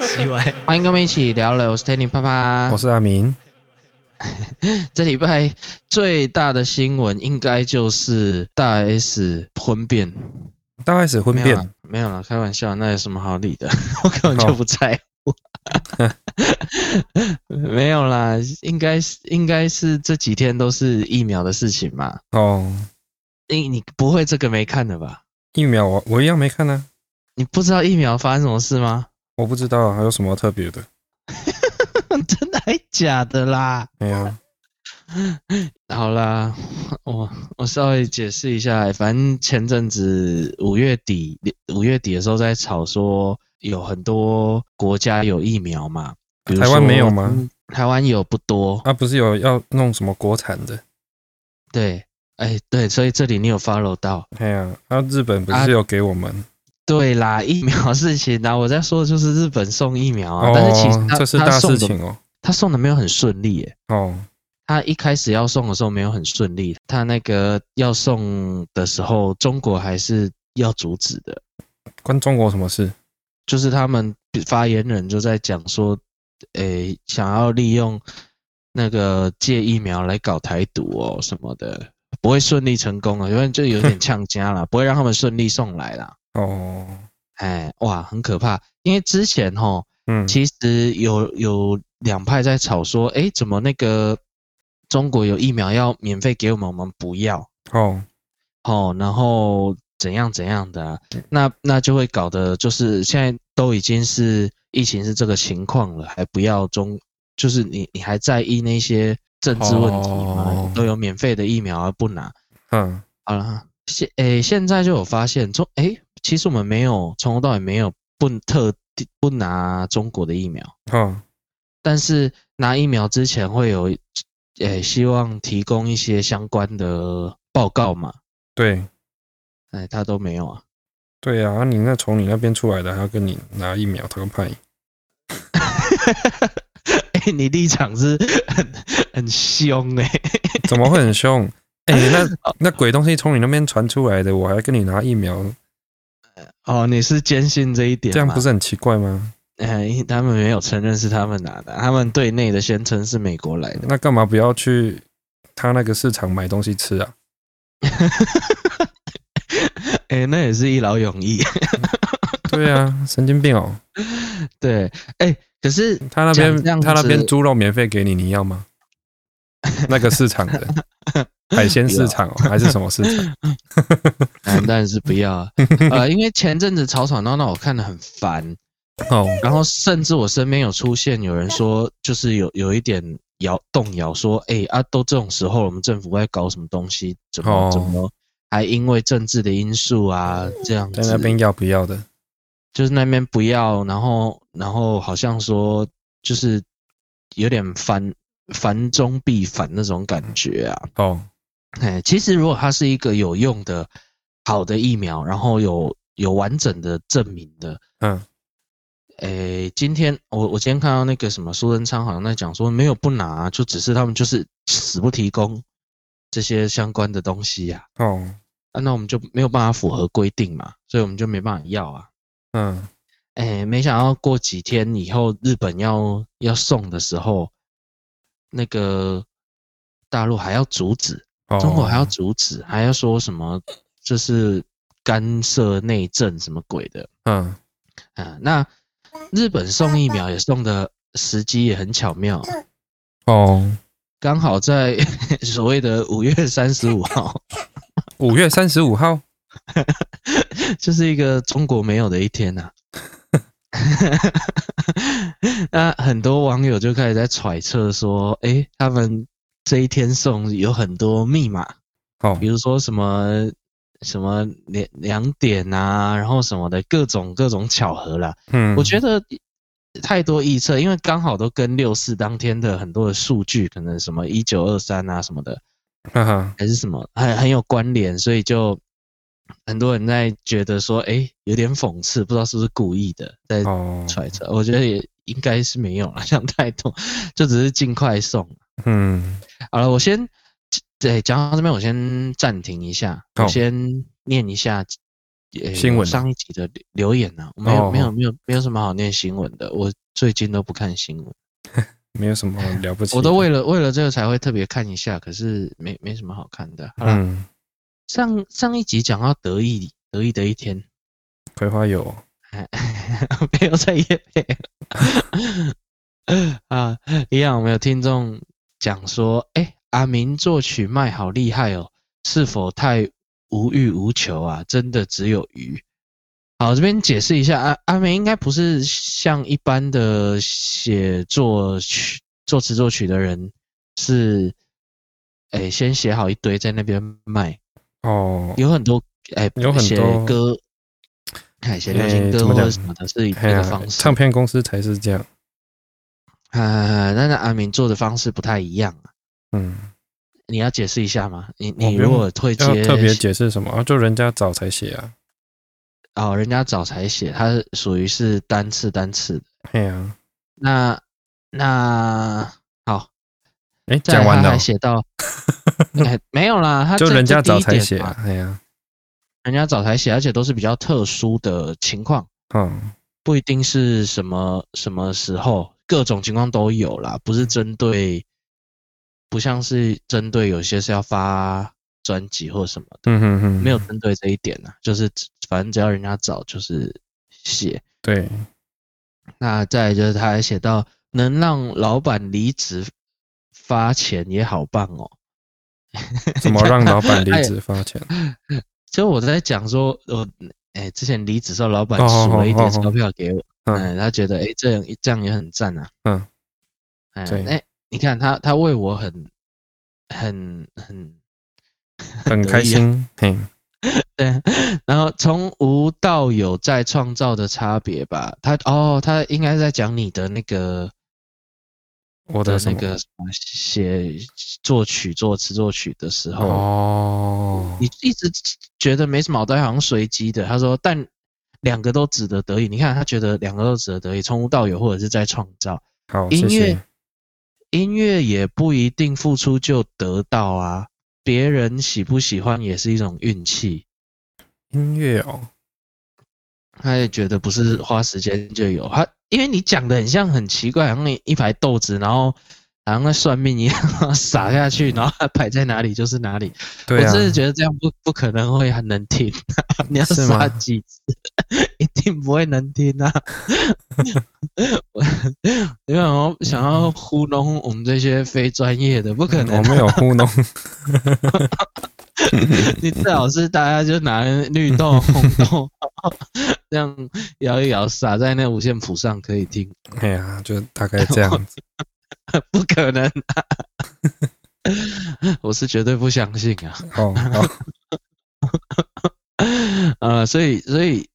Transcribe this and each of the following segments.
奇怪，欢迎跟我们一起聊聊，我是 Tanny 爸爸，我是阿明。这礼拜最大的新闻应该就是大 S 婚变，大 S 婚没有啦变，没有了，开玩笑，那有什么好理的？ 我根本就不在 乎。没有啦，应该是应该是这几天都是疫苗的事情嘛。哦，你你不会这个没看的吧？疫苗我我一样没看呢、你不知道疫苗发生什么事吗？ 我不知道啊还有什么特别的。真的还假的啦？没有，好啦，我我稍微解释一下，反正前阵子五月底五月底的时候在吵说有很多国家有疫苗嘛，比如说台湾没有吗嗯台湾有不多，啊，不是有要弄什么国产的？对，哎对，所以这里你有 follow 到，哎呀，啊，日本不啊是有给我们？对啦，疫苗事情然后我在说的就是日本送疫苗啊，但是其实哦，他这是他大送事的情哦。他送的没有很顺利耶，哦，他一开始要送的时候没有很顺利，他那个要送的时候，中国还是要阻止的，关中国什么事？就是他们发言人就在讲说，诶，想要利用那个借疫苗来搞台独哦什么的，不会顺利成功啊，因为就有点呛家啦，不会让他们顺利送来啦。哦，哎，哇，很可怕，因为之前吼、嗯，其实有有两派在吵说，诶，怎么那个中国有疫苗要免费给我们，我们不要哦，哦，然后怎样怎样的啊、那那就会搞得就是现在都已经是疫情是这个情况了，还不要中，就是你你还在意那些政治问题吗？哦都有免费的疫苗啊而不拿，嗯，好了，现诶、现在就有发现中诶、其实我们没有从头到尾没有不特地不拿中国的疫苗。哦，但是拿疫苗之前会有，呃，希望提供一些相关的报告嘛？对哎，他都没有啊。对呀、啊，你那从你那边出来的，还要跟你拿疫苗，他个派。哎，你立场是很很凶哎、怎么会很凶？哎、 那那鬼东西从你那边传出来的，我还跟你拿疫苗，哦，你是坚信这一点这样吗不？是很奇怪吗？哎，因为他们没有承认是他们拿的，他们对内的宣称是美国来的。那干嘛不要去他那个市场买东西吃啊？嗯哎，那也是一劳永逸。对啊，神经病哦！对，哎，可是他那边讲这样子他那边猪肉免费给你，你要 吗？那个市场的海鲜市场、哦、还是什么市场？哎当然是不要 啊，呃，因为前阵子吵吵闹闹，我看得很烦。哦，然后甚至我身边有出现有人说，就是有有一点摇动摇，说，哎、啊，都这种时候，我们政府在搞什么东西？怎么、哦怎么还因为政治的因素啊，这样子？在那边要不要的？就是那边不要，然后然后好像说就是有点反反中必反那种感觉啊。哦，哎，其实如果它是一个有用的、好的疫苗，然后有有完整的证明的，嗯，诶，今天我我今天看到那个什么苏贞昌好像在讲说没有不拿啊、就只是他们就是死不提供这些相关的东西呀、哦，啊，那我们就没有办法符合规定嘛，所以我们就没办法要啊。嗯，诶，没想到过几天以后，日本要要送的时候，那个大陆还要阻止，哦，中国还要阻止，还要说什么这是干涉内政什么鬼的嗯，啊？那日本送疫苗也送的时机也很巧妙，哦，刚好在 所谓的五月三十五号，五月三十五号， 就是一个中国没有的一天啊呐、 那很多网友就开始在揣测说，诶、他们这一天送有很多密码，哦比，如说什么什么两两点啊，然后什么的各种各种巧合啦。嗯，我觉得太多臆测，因为刚好都跟六四当天的很多的数据，可能什么一九二三啊什么的，得，哈哈，还是什么很很有关联，所以就很多人在觉得说，哎，有点讽刺，不知道是不是故意的在哦，揣测。我觉得也应该是没有了， 想太多，就只是尽快送。嗯，好了，我先对讲到这边，我先暂停一下，好我先念一下诶新闻啊上一集的留留言呢、没有、哦没有没有没有什么好念新闻的，我最近都不看新闻，没有什么了不起的。我都为了为了这个才会特别看一下，可是没没什么好看的。好啦嗯，上上一集讲到得意得意的一天，哎葵花油 没有在夜配 啊，一样我们有听众讲说，哎、阿明作曲卖好厉害哦，是否太无欲无求啊？真的只有鱼。好，这边解释一下，阿阿明应该不是像一般的写作曲、作词作曲的人，是，哎、先写好一堆在那边卖，哦，有很多哎、有很写多歌，哎写流哎行怎歌或么讲者什么的，是一哎个呀方，式。唱片公司才是这样。啊，但是阿明做的方式不太一样啊。嗯，你要解释一下吗？你我你不用如果会要接特别解释什么啊？就人家早才写啊。哦，人家早才写，它是属于是单次单次的。哎呀，那那好，哎，再来讲完他了啊还，写到，哎，没有啦，他就这人这家第一早才点写嘛啊。哎呀，人家早才写，而且都是比较特殊的情况，嗯，不一定是什么什么时候，各种情况都有啦，不是针对，不像是针对有些是要发专辑或什么的。嗯哼哼，没有针对这一点呢、就是只反正只要人家找就是写。 对，那再来就是他还写到能让老板离职发钱也好棒哦。怎么让老板离职发钱？就我在讲说，我哎、之前离职时候老板哦哦数了一哦叠哦钞票给我，嗯嗯，他觉得哎、这样这样也很赞啊，嗯，哎对哎，你看他他为我很很很很开 心，嘿，对，然后从无到有再创造的差别吧。他哦，他应该是在讲你的那个我的的什那么个什么写作曲、作词、作曲的时候，哦，你一直觉得没什么好东西，好像随机的。他说，但两个都值得得意。你看，他觉得两个都值得得意，从无到有或者是在创造好，谢音谢乐。，音乐也不一定付出就得到啊。别人喜不喜欢也是一种运气。音乐哦，他也觉得不是花时间就有他，因为你讲的很像很奇怪，好像你一排豆子，然后好像在算命一样 撒下去，然后它摆在哪里就是哪里。对啊我，真的觉得这样不不可能会很能听、啊 你要是吗撒几次， 一定不会能听 啊！我因为我想要糊弄我们这些非专业的，不可能嗯我没有糊 弄，你最好是大家就拿绿豆、红豆， 这样摇一摇，撒在那五线谱上可以听，哎呀，就大概这样 子。不可能、啊， 我是绝对不相信啊。哦，好 呃，所以所以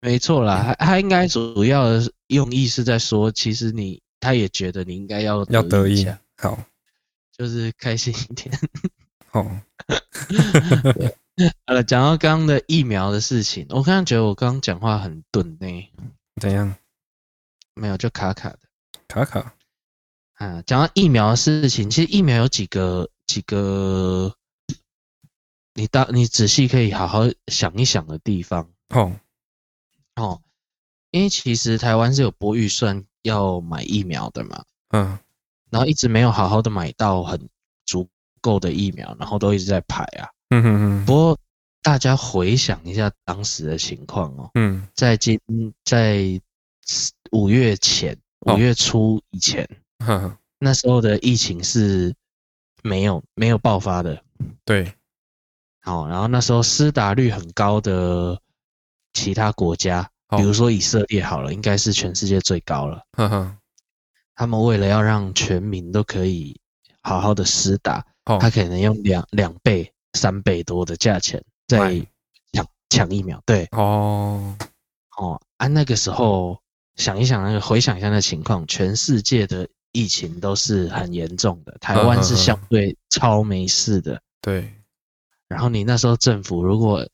没错啦，他他应该主要的用意是在说，其实你他也觉得你应该要要得一意下，，好，就是开心一点。 哦，好了，讲到刚刚的疫苗的事情，我刚刚觉得我刚刚讲话很钝呢，怎样？没有就卡卡的。卡卡，啊，讲到疫苗的事情，其实疫苗有几个几个，你当你仔细可以好好想一想的地方哦，哦，因为其实台湾是有拨预算要买疫苗的嘛，嗯，然后一直没有好好的买到很足够的疫苗，然后都一直在排啊。嗯哼不哼，过大家回想一下当时的情况哦，嗯，在今在五月前，哦五月初以前，哈哈，那时候的疫情是没有没有爆发的，对，好，然后那时候施打率很高的其他国家，哦比如说以色列好了，应该是全世界最高了。哈哈，他们为了要让全民都可以好好的施打，哦他，可能用两两倍、三倍多的价钱在买抢抢疫苗。对，哦，哦，啊，那个时候想一想，那个回想一下那情况，全世界的疫情都是很严重的，台嗯湾是相对超没事的。对，然后你那时候政府如果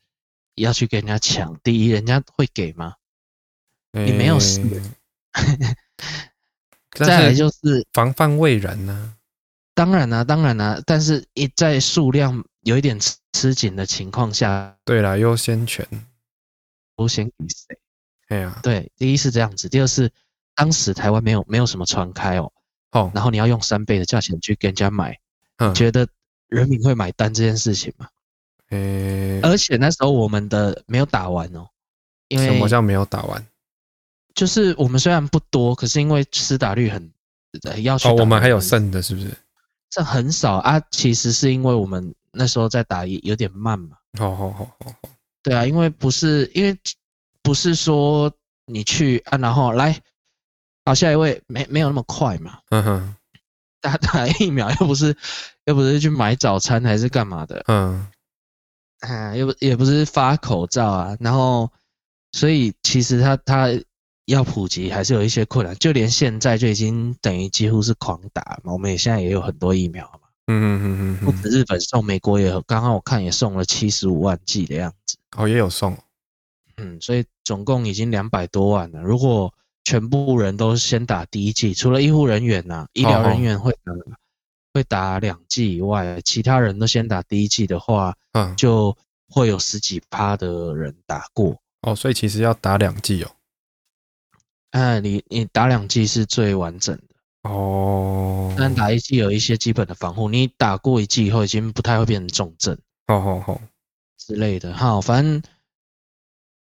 要去跟人家抢，第一人家会给吗？你没有 死，再但来是就是，防范未然啊呢。当然啦、当然啦、但是一在数量有一点吃吃紧的情况下，对啦，优先权，优先给谁？哎呀，对，第一是这样子，第二是当时台湾没有没有什么传开哦，哦，然后你要用三倍的价钱去跟人家买，嗯，觉得人民会买单这件事情嘛？诶，而且那时候我们的没有打完哦，因什么为叫没有打完？就是我们虽然不多，可是因为施打率很呃要去哦，打我们还有很剩的，是不是？这很少啊，其实是因为我们那时候在打也有点慢嘛。好好好好，对啊，因为不是因为不是说你去啊，然后来好下一位没没有那么快嘛。嗯哼，打 打疫苗又不是又不是去买早餐还是干嘛的，嗯，嗯，又不也不是发口罩啊，然后所以其实它它要普及还是有一些困难，就连现在就已经等于几乎是狂打嘛，我们也现在也有很多疫苗嘛，嗯嗯嗯不嗯止日本送，美国也有，刚刚我看也送了七十五万剂的样子，哦，也有送，嗯，所以总共已经两百多万了，如果全部人都先打第一剂，除了医护人员呐、医疗人员会打、会打两剂以外，其他人都先打第一剂的话，嗯，就会有十几趴的人打过。哦，所以其实要打两剂哦，哎，你你打两剂是最完整的，哦，但打一剂有一些基本的防护，你打过一剂以后已经不太会变成重症好好好，之类的。哈，反正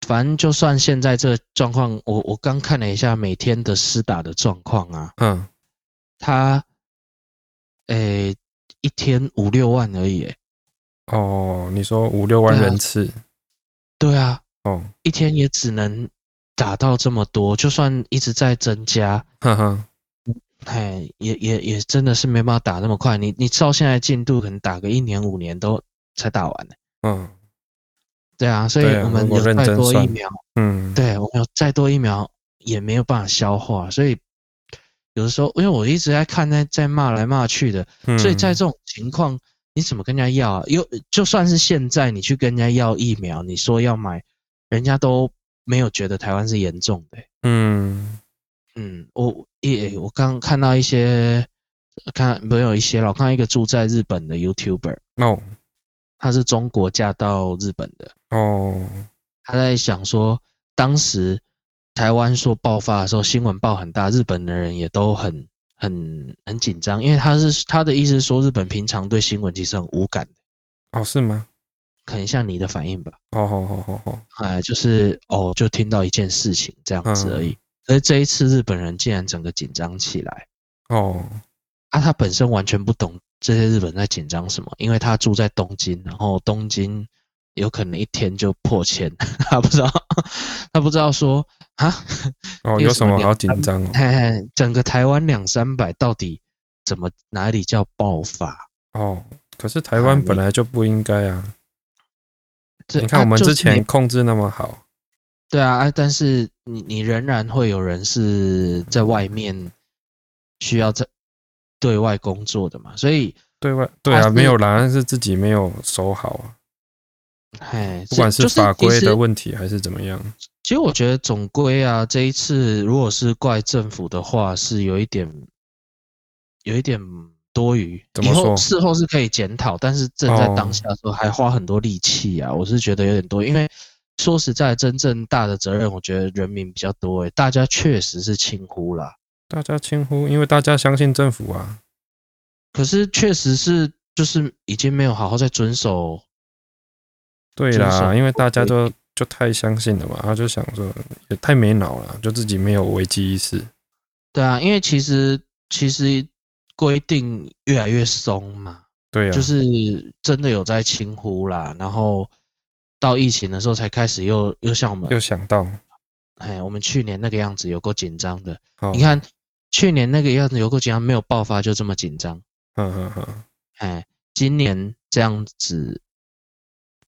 反正就算现在这个状况，我我刚看了一下每天的施打的状况啊，嗯，他，诶、一天五六万而已、欸。哦，你说五六万对啊人次，对啊，哦，一天也只能打到这么多，就算一直在增加，哼哼，哎，也也也真的是没办法打那么快。你你照现在进度，可能打个一年五年都才打完、呢。欸嗯对啊，所以对啊我们如果有认再真多疫算苗，嗯，对我们有再多疫苗也没有办法消化，所以。有的时候，因为我一直在看那在骂来骂去的，嗯所以在这种情况，你怎么跟人家要啊？有就算是现在你去跟人家要疫苗，你说要买，人家都没有觉得台湾是严重的欸、嗯，嗯，我也我刚看到一些，看没有一些了，我看到一个住在日本的 YouTuber，哦他是中国嫁到日本的，哦，他在想说，当时台湾说爆发的时候，新闻报很大，日本的人也都很很很紧张，因为他是他的意思是说，日本平常对新闻其实很无感的。哦是吗？可能像你的反应吧，哦好好好好，啊、就是哦，就听到一件事情这样子而已。嗯而这一次日本人竟然整个紧张起来，哦，啊，他本身完全不懂这些日本人在紧张什么，因为他住在东京，然后东京有可能一天就破千， 他不知道，他不知道说啊，哦，有嗯有什什么么两好紧张哦？ 嘿嘿整个台湾两三百到底怎么哪里叫爆发？哦，可是台啊湾你本来就不应该啊！这你看我啊们就是之前没控制那么好，对啊，啊，但是你你仍然会有人是在外面需要在对外工作的嘛，所以，对外对啊啊，是没有啦，但是自己没有守好啊，哎，不管是就是法规其的实，问题还是怎么样，其实我觉得总归啊，这一次如果是怪政府的话，是有一点有一点多余，怎以么后说事后是可以检讨，但是正在哦当下的时候还花很多力气啊，我是觉得有点多余，因为。说实在，真正大的责任，我觉得人民比较多诶，大家确实是轻忽啦。大家轻呼，因为大家相信政府啊，可是确实是，就是已经没有好好在遵守。对遵守啦，因为大家规都就太相信了嘛，他就想说也太没脑了，就自己没有危机意识，对啊，因为其实其实规定越来越松嘛，对啊，就是真的有在轻忽啦。然后到疫情的时候才开始又又像我们又想到，哎，我们去年那个样子有够紧张的。哦你，看去年那个样子有够紧张，没有爆发就这么紧张。嗯嗯嗯，哎，今年这样子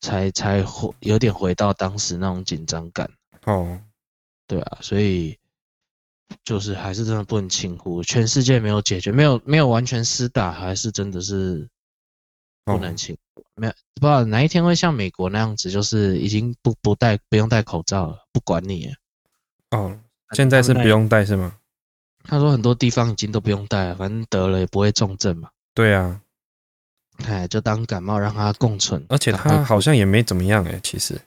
才才回有点回到当时那种紧张感。哦，对啊，所以就是还是真的不能轻忽，全世界没有解决，没有没有完全施打，还是真的是不哦能轻忽。没有不知道哪一天会像美国那样子，就是已经不不戴不用戴口罩了，不管你了。哦，现在是他不们那用带是吗？他说很多地方已经都不用戴了，反正得了也不会重症嘛，对啊，哎，就当感冒让它共存。而且赶快他好像也没怎么样哎，其实欸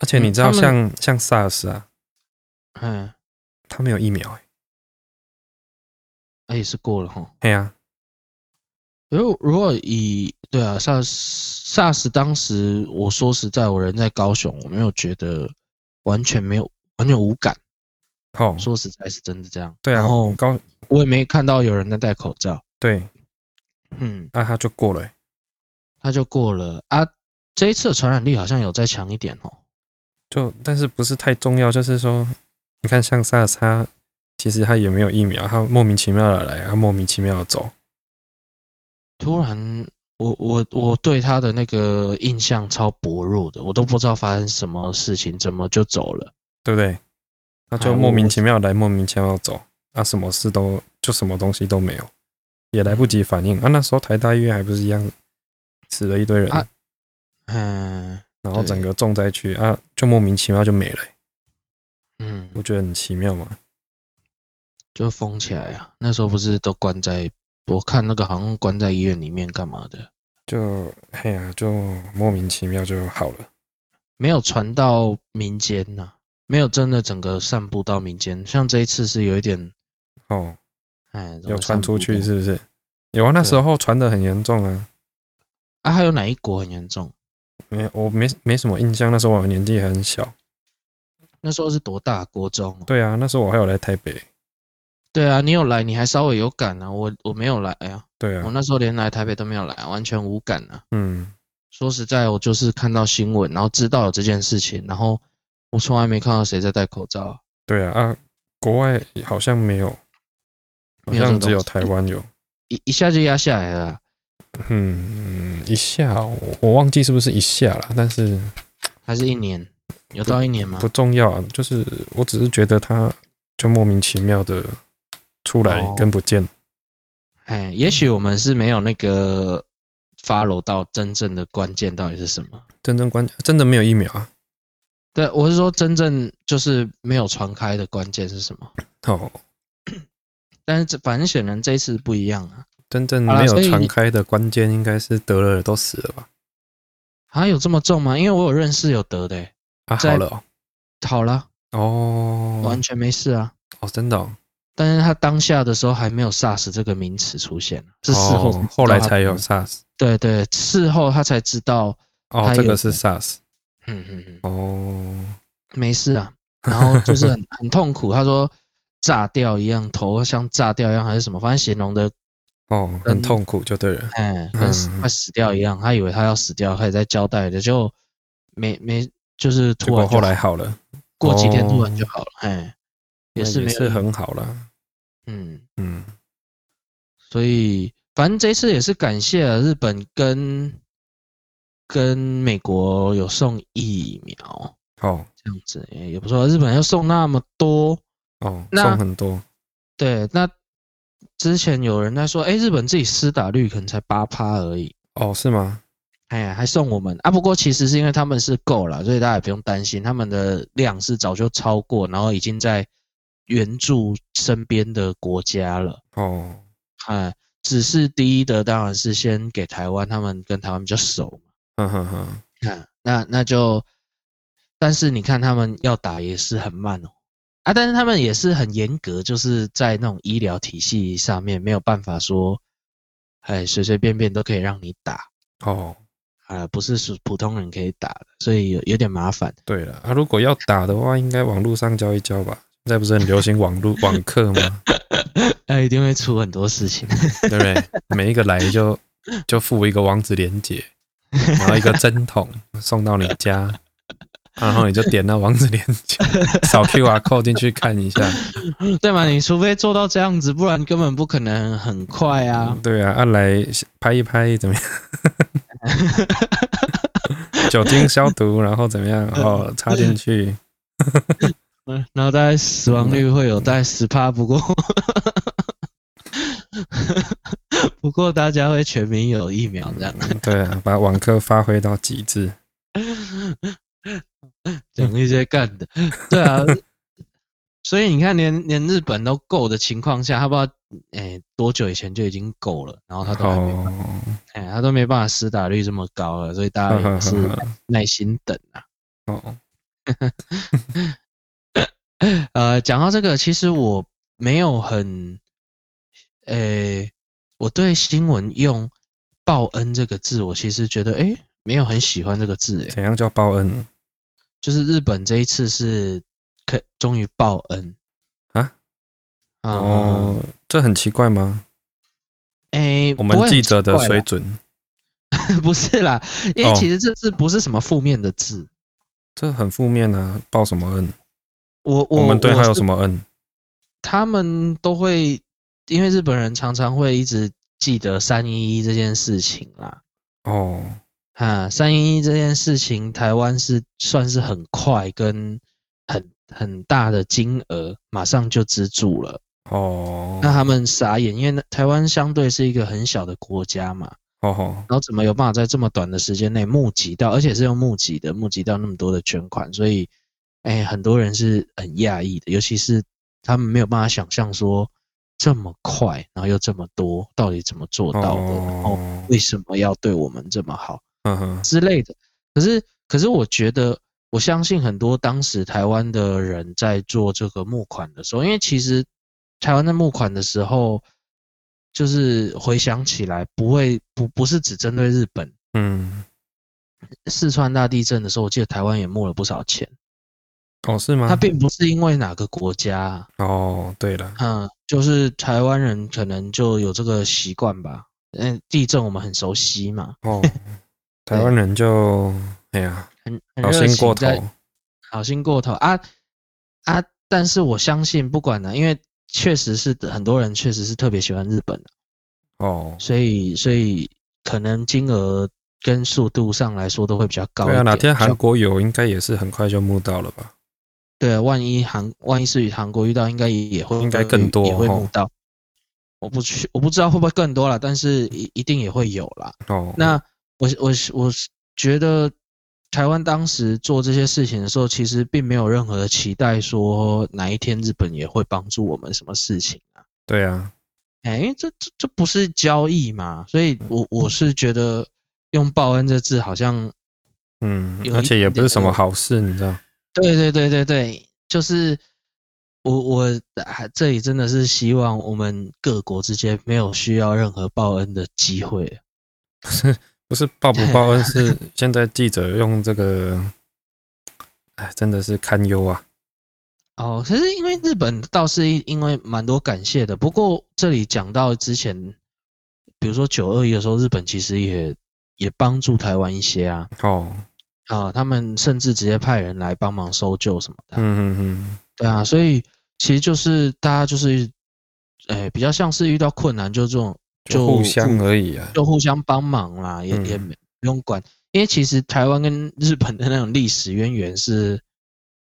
而且你知道嗯他像、像 SARS 啊，嗯，它没有疫哦苗、欸，那也是过了哈。哎呀、如如果以对啊，SARS SARS 当时我说实在，我人在高雄，我没有觉得完全没有完全无感，啊，哦，说实在是真的这样。对啊，然后高我也没看到有人在戴口罩，对，嗯，那、它就过了、欸，他就过了啊。这一次的传染力好像有再强一点哦。就但是不是太重要，就是说，你看像 SARS 它其实它也没有疫苗，它莫名其妙的来，它莫名其妙的走，突然，我我我对他的那个印象超薄弱的，我都不知道发生什么事情，怎么就走了。对不对？它哎就我莫名其妙来，莫名其妙地走，啊，什么事都就什么东西都没有，也来不及反应啊。那时候台大医院还不是一样死了一堆人，啊嗯然后对整个重灾区啊，就莫名其妙就没了、嗯，我觉得很奇妙嘛。就封起来啊。那时候不是都关在，我看那个好像关在医院里面干嘛的，就哎呀，就莫名其妙就好了。没有传到民间呐、没有真的整个散布到民间。像这一次是有一点，哦，哎，怎有么传散出布去的是不是？有啊，那时候传的很严重啊。啊？还有哪一国很严重？没，我没没什么印象，那时候我年纪还很小。那时候是多大？国中哦、对啊，那时候我还有来台北。对啊，你有来，你还稍微有感啊。我我没有来啊。对我啊，那时候连来台北都没有来，完全无感啊。嗯，说实在，我就是看到新闻，然后知道有这件事情，然后我从来没看到谁在戴口罩啊。对啊啊，国外好像没有，好没有这种像只有东西台湾有。一一下就压下来了啊。嗯，一下我我忘记是不是一下了，但是还是一年，有到一年吗？不重要啊。就是我只是觉得它就莫名其妙的出来哦跟不见。哎，也许我们是没有那个 follow 到真正的关键到底是什么。真正关真的没有疫苗啊！对，我是说真正就是没有传开的关键是什么？哦，但是这反正显然这一次不一样啊，真正好啦没有所以传你开的关键应该是得了的都死了吧？啊有这么重吗？因为我有认识有得的、欸，啊，在好了哦好啦，哦完全没事啊。哦，真的哦但是他当下的时候还没有 SARS 这个名词出现，是事后、哦后来才有。SARS 对对，事后他才知道，哦，他这有个是 SARS 嗯嗯嗯，哦，没事 啊。然后就是很很痛苦，他说炸掉一样，头像炸掉一样还是什么，反正形容的，嗯哦，很痛苦就对了，哎，跟死嗯快死掉一样。他以为他要死掉，开始在交代的，就没没就是结突果然就后来好了，过几天哦突然就好了，哎，也是那没也有是很好啦。嗯，嗯，所以反正这次也是感谢了日本跟跟美国有送疫苗哦这样子，也也不错。日本要送那么多，哦，那送很多，对，那之前有人在说，哎，日本自己施打率可能才八趴而已，哦，是吗？哎呀，还送我们啊！不过其实是因为他们是够了，所以大家也不用担心，他们的量是早就超过，然后已经在援助身边的国家了。哦，哎，只是第一的当然是先给台湾，他们跟台湾比较熟嘛。哼哼哼，看，那那就，但是你看他们要打也是很慢哦，啊，但是他们也是很严格，就是在那种医疗体系上面没有办法说，哎，随随便便都可以让你打哦，啊、不是是普通人可以打的，所以有有点麻烦。对了，啊，如果要打的话，应该网络上教一教吧。现在不是很流行网络网课吗？那一定会出很多事情。对不对？每一个来就就附一个网址连接，然后一个针筒送到你家，然后你就点那网址连接，扫 QR code 进去看一下。 对嘛？你除非做到这样子，不然根本不可能很快啊。对啊，啊来拍一拍怎么样？ 酒精消毒，然后怎么样？哦，插进去，嗯，然后大概死亡率会有大概十趴，不过 不过大家会全民有疫苗这样，对啊，把网课发挥到极致。讲一些干的，对啊。所以你看连，连日本都够的情况下，他不知道哎、多久以前就已经够了，然后他都还没办哦，哎、他 都没办法施打率这么高了，所以大家也是耐心等啊。哦， 呃，讲到这个，其实我没有很，呃、我对新闻用“报恩”这个字，我其实觉得，诶、没有很喜欢这个字、诶，怎样叫报恩就是日本这一次是可终于报恩啊？啊、哦，这很奇怪吗？诶、我们不会很记者的奇怪水啦准， 不是啦，因为哦其实这字不是什么负面的字。这很负面啊！报什么恩？我我我们对他有么？什么恩？他们都会，因为日本人常常会一直记得三一一这件事情啦。哦，啊，三一一这件事情，台湾是算是很快跟很很大的金额，马上就资助了。哦，那他们傻眼，因为那台湾相对是一个很小的国家嘛，哦吼，然后怎么有办法在这么短的时间内募集到，而且是用募集的，募集到那么多的捐款，所以，哎，很多人是很讶异的，尤其是他们没有办法想象说这么快，然后又这么多，到底怎么做到的，然后哦，为什么要对我们这么好嗯哼，之类的。可是，可是我觉得，我相信很多当时台湾的人在做这个募款的时候，因为其实台湾在募款的时候，就是回想起来，不会不不是只针对日本，嗯，四川大地震的时候，我记得台湾也募了不少钱。哦，是吗？它并不是因为哪个国家啊，哦，对了，嗯，就是台湾人可能就有这个习惯吧。嗯，地震我们很熟悉嘛， 哦，台湾人就哎呀，很很小热心情过头在，好心过头啊啊！但是我相信，不管呢、因为确实是很多人确实是特别喜欢日本的，哦，所以所以可能金额跟速度上来说都会比较高一对点。啊，哪天像韩国有，应该也是很快就募到了吧？对啊，万一韩万一是与韩国遇到，应该也会应该更多哦也会吼募到。我不去，我不知道会不会更多啦，但是一一定也会有啦。哦，那我我我觉得台湾当时做这些事情的时候，其实并没有任何的期待，说哪一天日本也会帮助我们什么事情啊？对啊，哎，因为这这这不是交易嘛，所以我我是觉得用报恩这字好像，嗯有，一而且也不是什么点好事，你知道？对对对对对，就是我我啊这里真的是希望我们各国之间没有需要任何报恩的机会。啊不是报不报 恩，是现在记者用这个，哎，真的是堪忧啊！哦，可是因为日本倒是一因为蛮多感谢的，不过这里讲到之前，比如说九二一的时候，日本其实也也帮助台湾一些啊哦，啊，他们甚至直接派人来帮忙搜救什么的，嗯嗯嗯，对啊，所以其实就是大家就是，哎、比较像是遇到困难就这种就就互相而已啊。就互相帮忙啦，也、也嗯没不用管，因为其实台湾跟日本的那种历史渊源是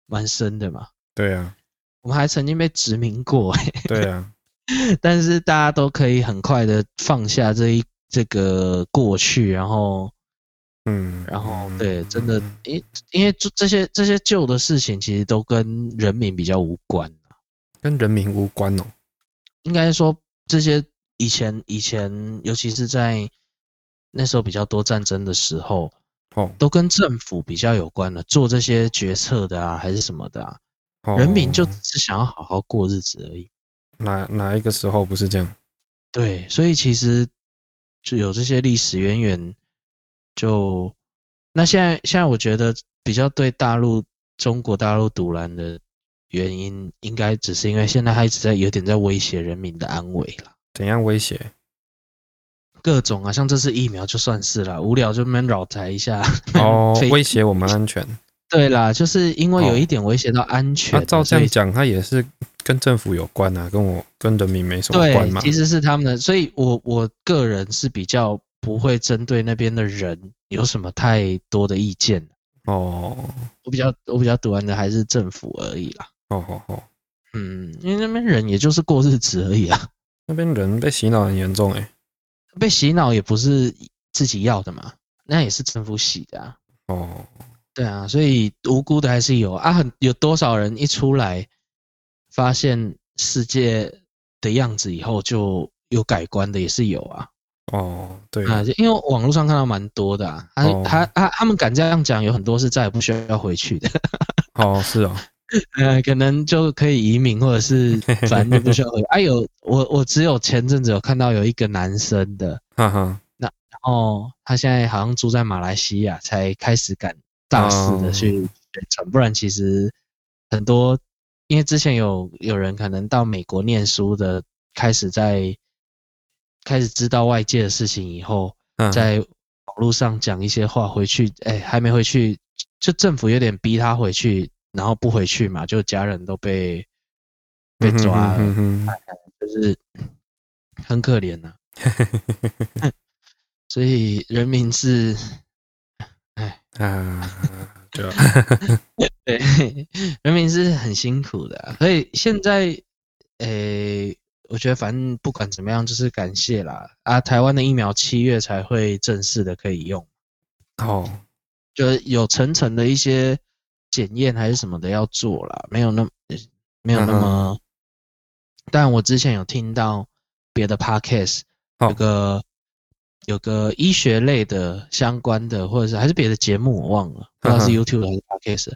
蛮深的嘛，对啊，我们还曾经被殖民过、对 啊，但是大家都可以很快的放下这一这个过去，然后嗯，然后嗯对，真的，因因为这这些这些旧的事情其实都跟人民比较无关，跟人民无关哦。应该说这些以前以前，尤其是在那时候比较多战争的时候，哦，都跟政府比较有关了，做这些决策的啊，还是什么的啊，哦人民就只是想要好好过日子而已。哪哪一个时候不是这样？对，所以其实就有这些历史渊源，就那现在现在我觉得比较对大陆中国大陆独揽的原因，应该只是因为现在他一直在有点在威胁人民的安危啦，怎样威 胁？各种啊，像这次疫苗就算是啦，无聊就那边扰台一下。 哦非，威胁我们 安全。对啦，就是因为有哦一点威胁到安全那了，啊照这所样以讲，它也是跟政府有关啊，跟我跟人民没什么关嘛对，。其实是他们的，所以我我个人是比较不会针对那边的人有什么太多的意见。啊哦，我比较我比较读完的还是政府而已啦。哦哦哦，嗯，因为那边人也就是过日子而已啊， 那边人被洗脑很严重哎。被洗脑也不是自己要的嘛，那也是政府洗的啊。哦，对啊，所以无辜的还是有啊，很有多少人一出来发现世界的样子以后就有改观的也是有啊。哦，对，啊，就因为网络上看到蛮多的啊，他、哦他他他们敢这样讲，有很多是再也不需要回去的。哦，是哦，呃，可能就可以移民，或者是反正就不需要回。哎、有我我只有前阵子有看到有一个男生的，哈哈，然后他现在好像住在马来西亚，才开始敢大肆的去宣传，不然其实很多，因为之前有有人可能到美国念书的，开始在开始知道外界的事情以后，嗯，在网络上讲一些话，回去哎、还没回去，就政府有点逼他回去，然后不回去嘛，就家人都被被抓了，嗯哼哼就是很可怜呐、啊 所以人民是， 哎，哼啊，对啊， 对，人民是很辛苦的啊、所以现在，诶、我觉得反正不管怎么样，就是感谢啦啊！台湾的疫苗七月才会正式的可以用。哦，就是有层层的一些检验还是什么的要做啦，没有那么没有那嗯么。但我之前有听到别的 podcast 哦有个、有个医学类的相关的，或者是还是别的节目我忘了，不知道是嗯 YouTube 还是 podcast，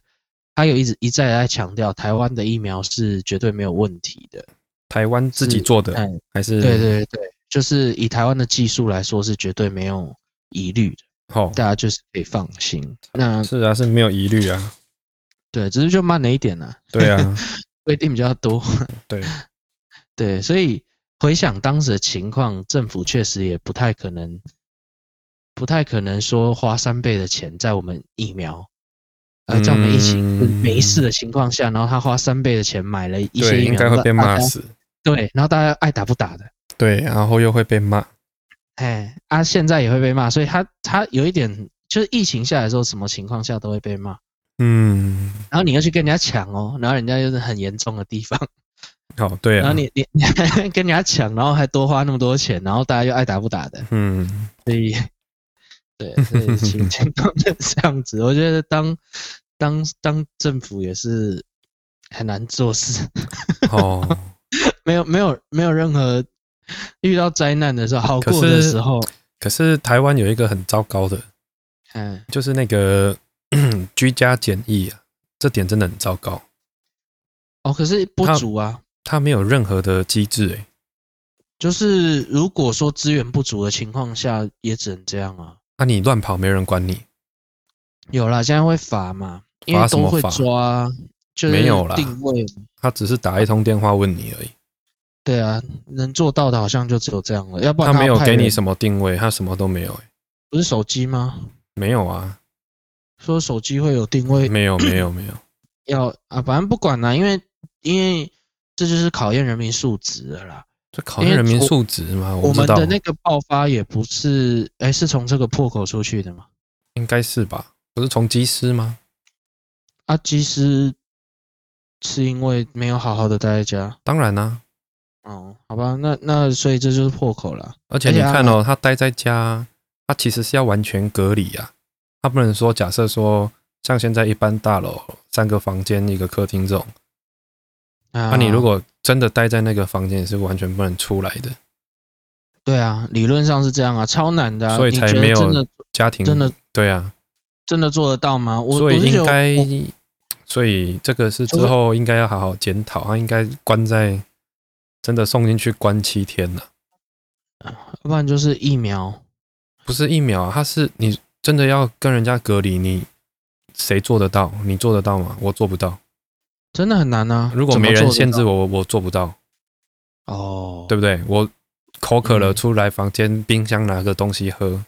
他有一直一再地在强调台湾的疫苗是绝对没有问题的。台湾自己做的哎，还是对，对对，就是以台湾的技术来说是绝对没有疑虑的，哦，大家就是可以放心。那是啊，是没有疑虑啊，对，只是就慢了一点啦、对 啊，规定比较多，对，对，所以回想当时的情况，政府确实也不太可能，不太可能说花三倍的钱在我们疫苗，呃，在我们疫情嗯没事的情况下，然后他花三倍的钱买了一些对，疫嗯应苗，该会被让大骂家。死，对，然后大家爱打不打的，对，然后又会被骂，哎，啊，现在也会被骂，所以他他有一点就是疫情下来之后，什么情况下都会被骂，嗯，然后你要去跟人家抢哦，然后人家又是很严重的地方。好，对然啊后，你你 跟人家抢，然后还多花那么多钱，然后大家又爱打不打的，嗯，所以对，所 以情情况就是这样子。我觉得当当当政府也是很难做事， 哦。 没有没有没有任何遇到灾难的时候好可过的是时候，可是台湾有一个很糟糕的，嗯，就是那个 居家检疫啊，这点真的很糟糕，哦，可是不他足啊。它没有任何的机制、欸，就是如果说资源不足的情况下，也只能这样啊。那、你乱跑没人管你，有啦，现在会罚嘛，因罚为什都么会罚抓，就是没有啦定位他只是打一通电话问你而已，对啊，能做到的好像就只有这样了，要不他然没有给你么，什么定位，他什么都没有、欸，不是手机吗？没有啊，说手机会有定位，没有，没有，没有，要啊，反正不管啦，因为因为这就是考验人民素质的啦。这考验人民素质吗？哎我不们知道的，那个爆发也不是，哎，是从这个破口出去的嘛？应该是吧？不是从机师吗？啊，其实是因为没有好好的待在家。当然啦、啊，哦，好吧，那那所以这就是破口啦。而且而且你他看哦，他待在家，他其实是要完全隔离啊，他不能说假设说像现在一般大楼三个房间一个客厅这种。啊，那、你如果真的待在那个房间，也是完全不能出来的，对啊，理论上是这样啊，超难的、啊，所以你才觉得没有真的家庭真的对啊，真的做得到吗？我所以我是觉应得该我，所以这个是之就是后应该要好好检讨，他应该关在真的送进去关七天了、要不然就是疫苗。不是疫苗、啊，他是你真的要跟人家隔离，你谁做得到？你做得到吗？我做不到，真的很难啊！如果怎么没人做得限到制我，我我做不到，哦，对。不对？我口渴了嗯出来房间冰箱拿个东西喝，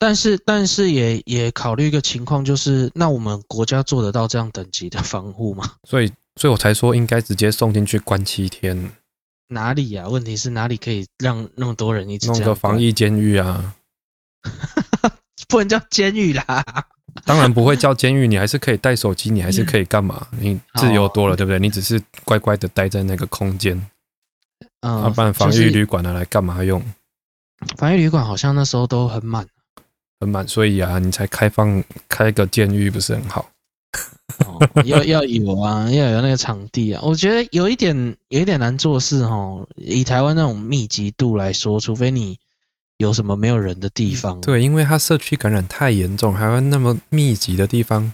但是但是也也考虑一个情况，就是那我们国家做得到这样等级的防护吗？ 所以所以我才说应该直接送进去关七天。哪里呀、啊？问题是哪里可以让那么多人一直弄这个样防关，疫监狱啊， 不能叫监狱啦。 当然不会叫监狱，你还是可以带手机，你还是可以干嘛？ 你自由多了，对不对？你只是乖乖的待在那哦个空间，嗯，啊，不然防就疫是旅馆拿来干嘛用？防疫旅馆好像那时候都很满啊很满，所以啊，你才开放开个监狱不是很好？哦， 要要有啊，要有那个场地啊。我觉得有一点有一点难做事哦。以台湾那种密集度来说，除非你有什么没有人的地方，对，因为它社区感染太严重，台湾那么密集的地方，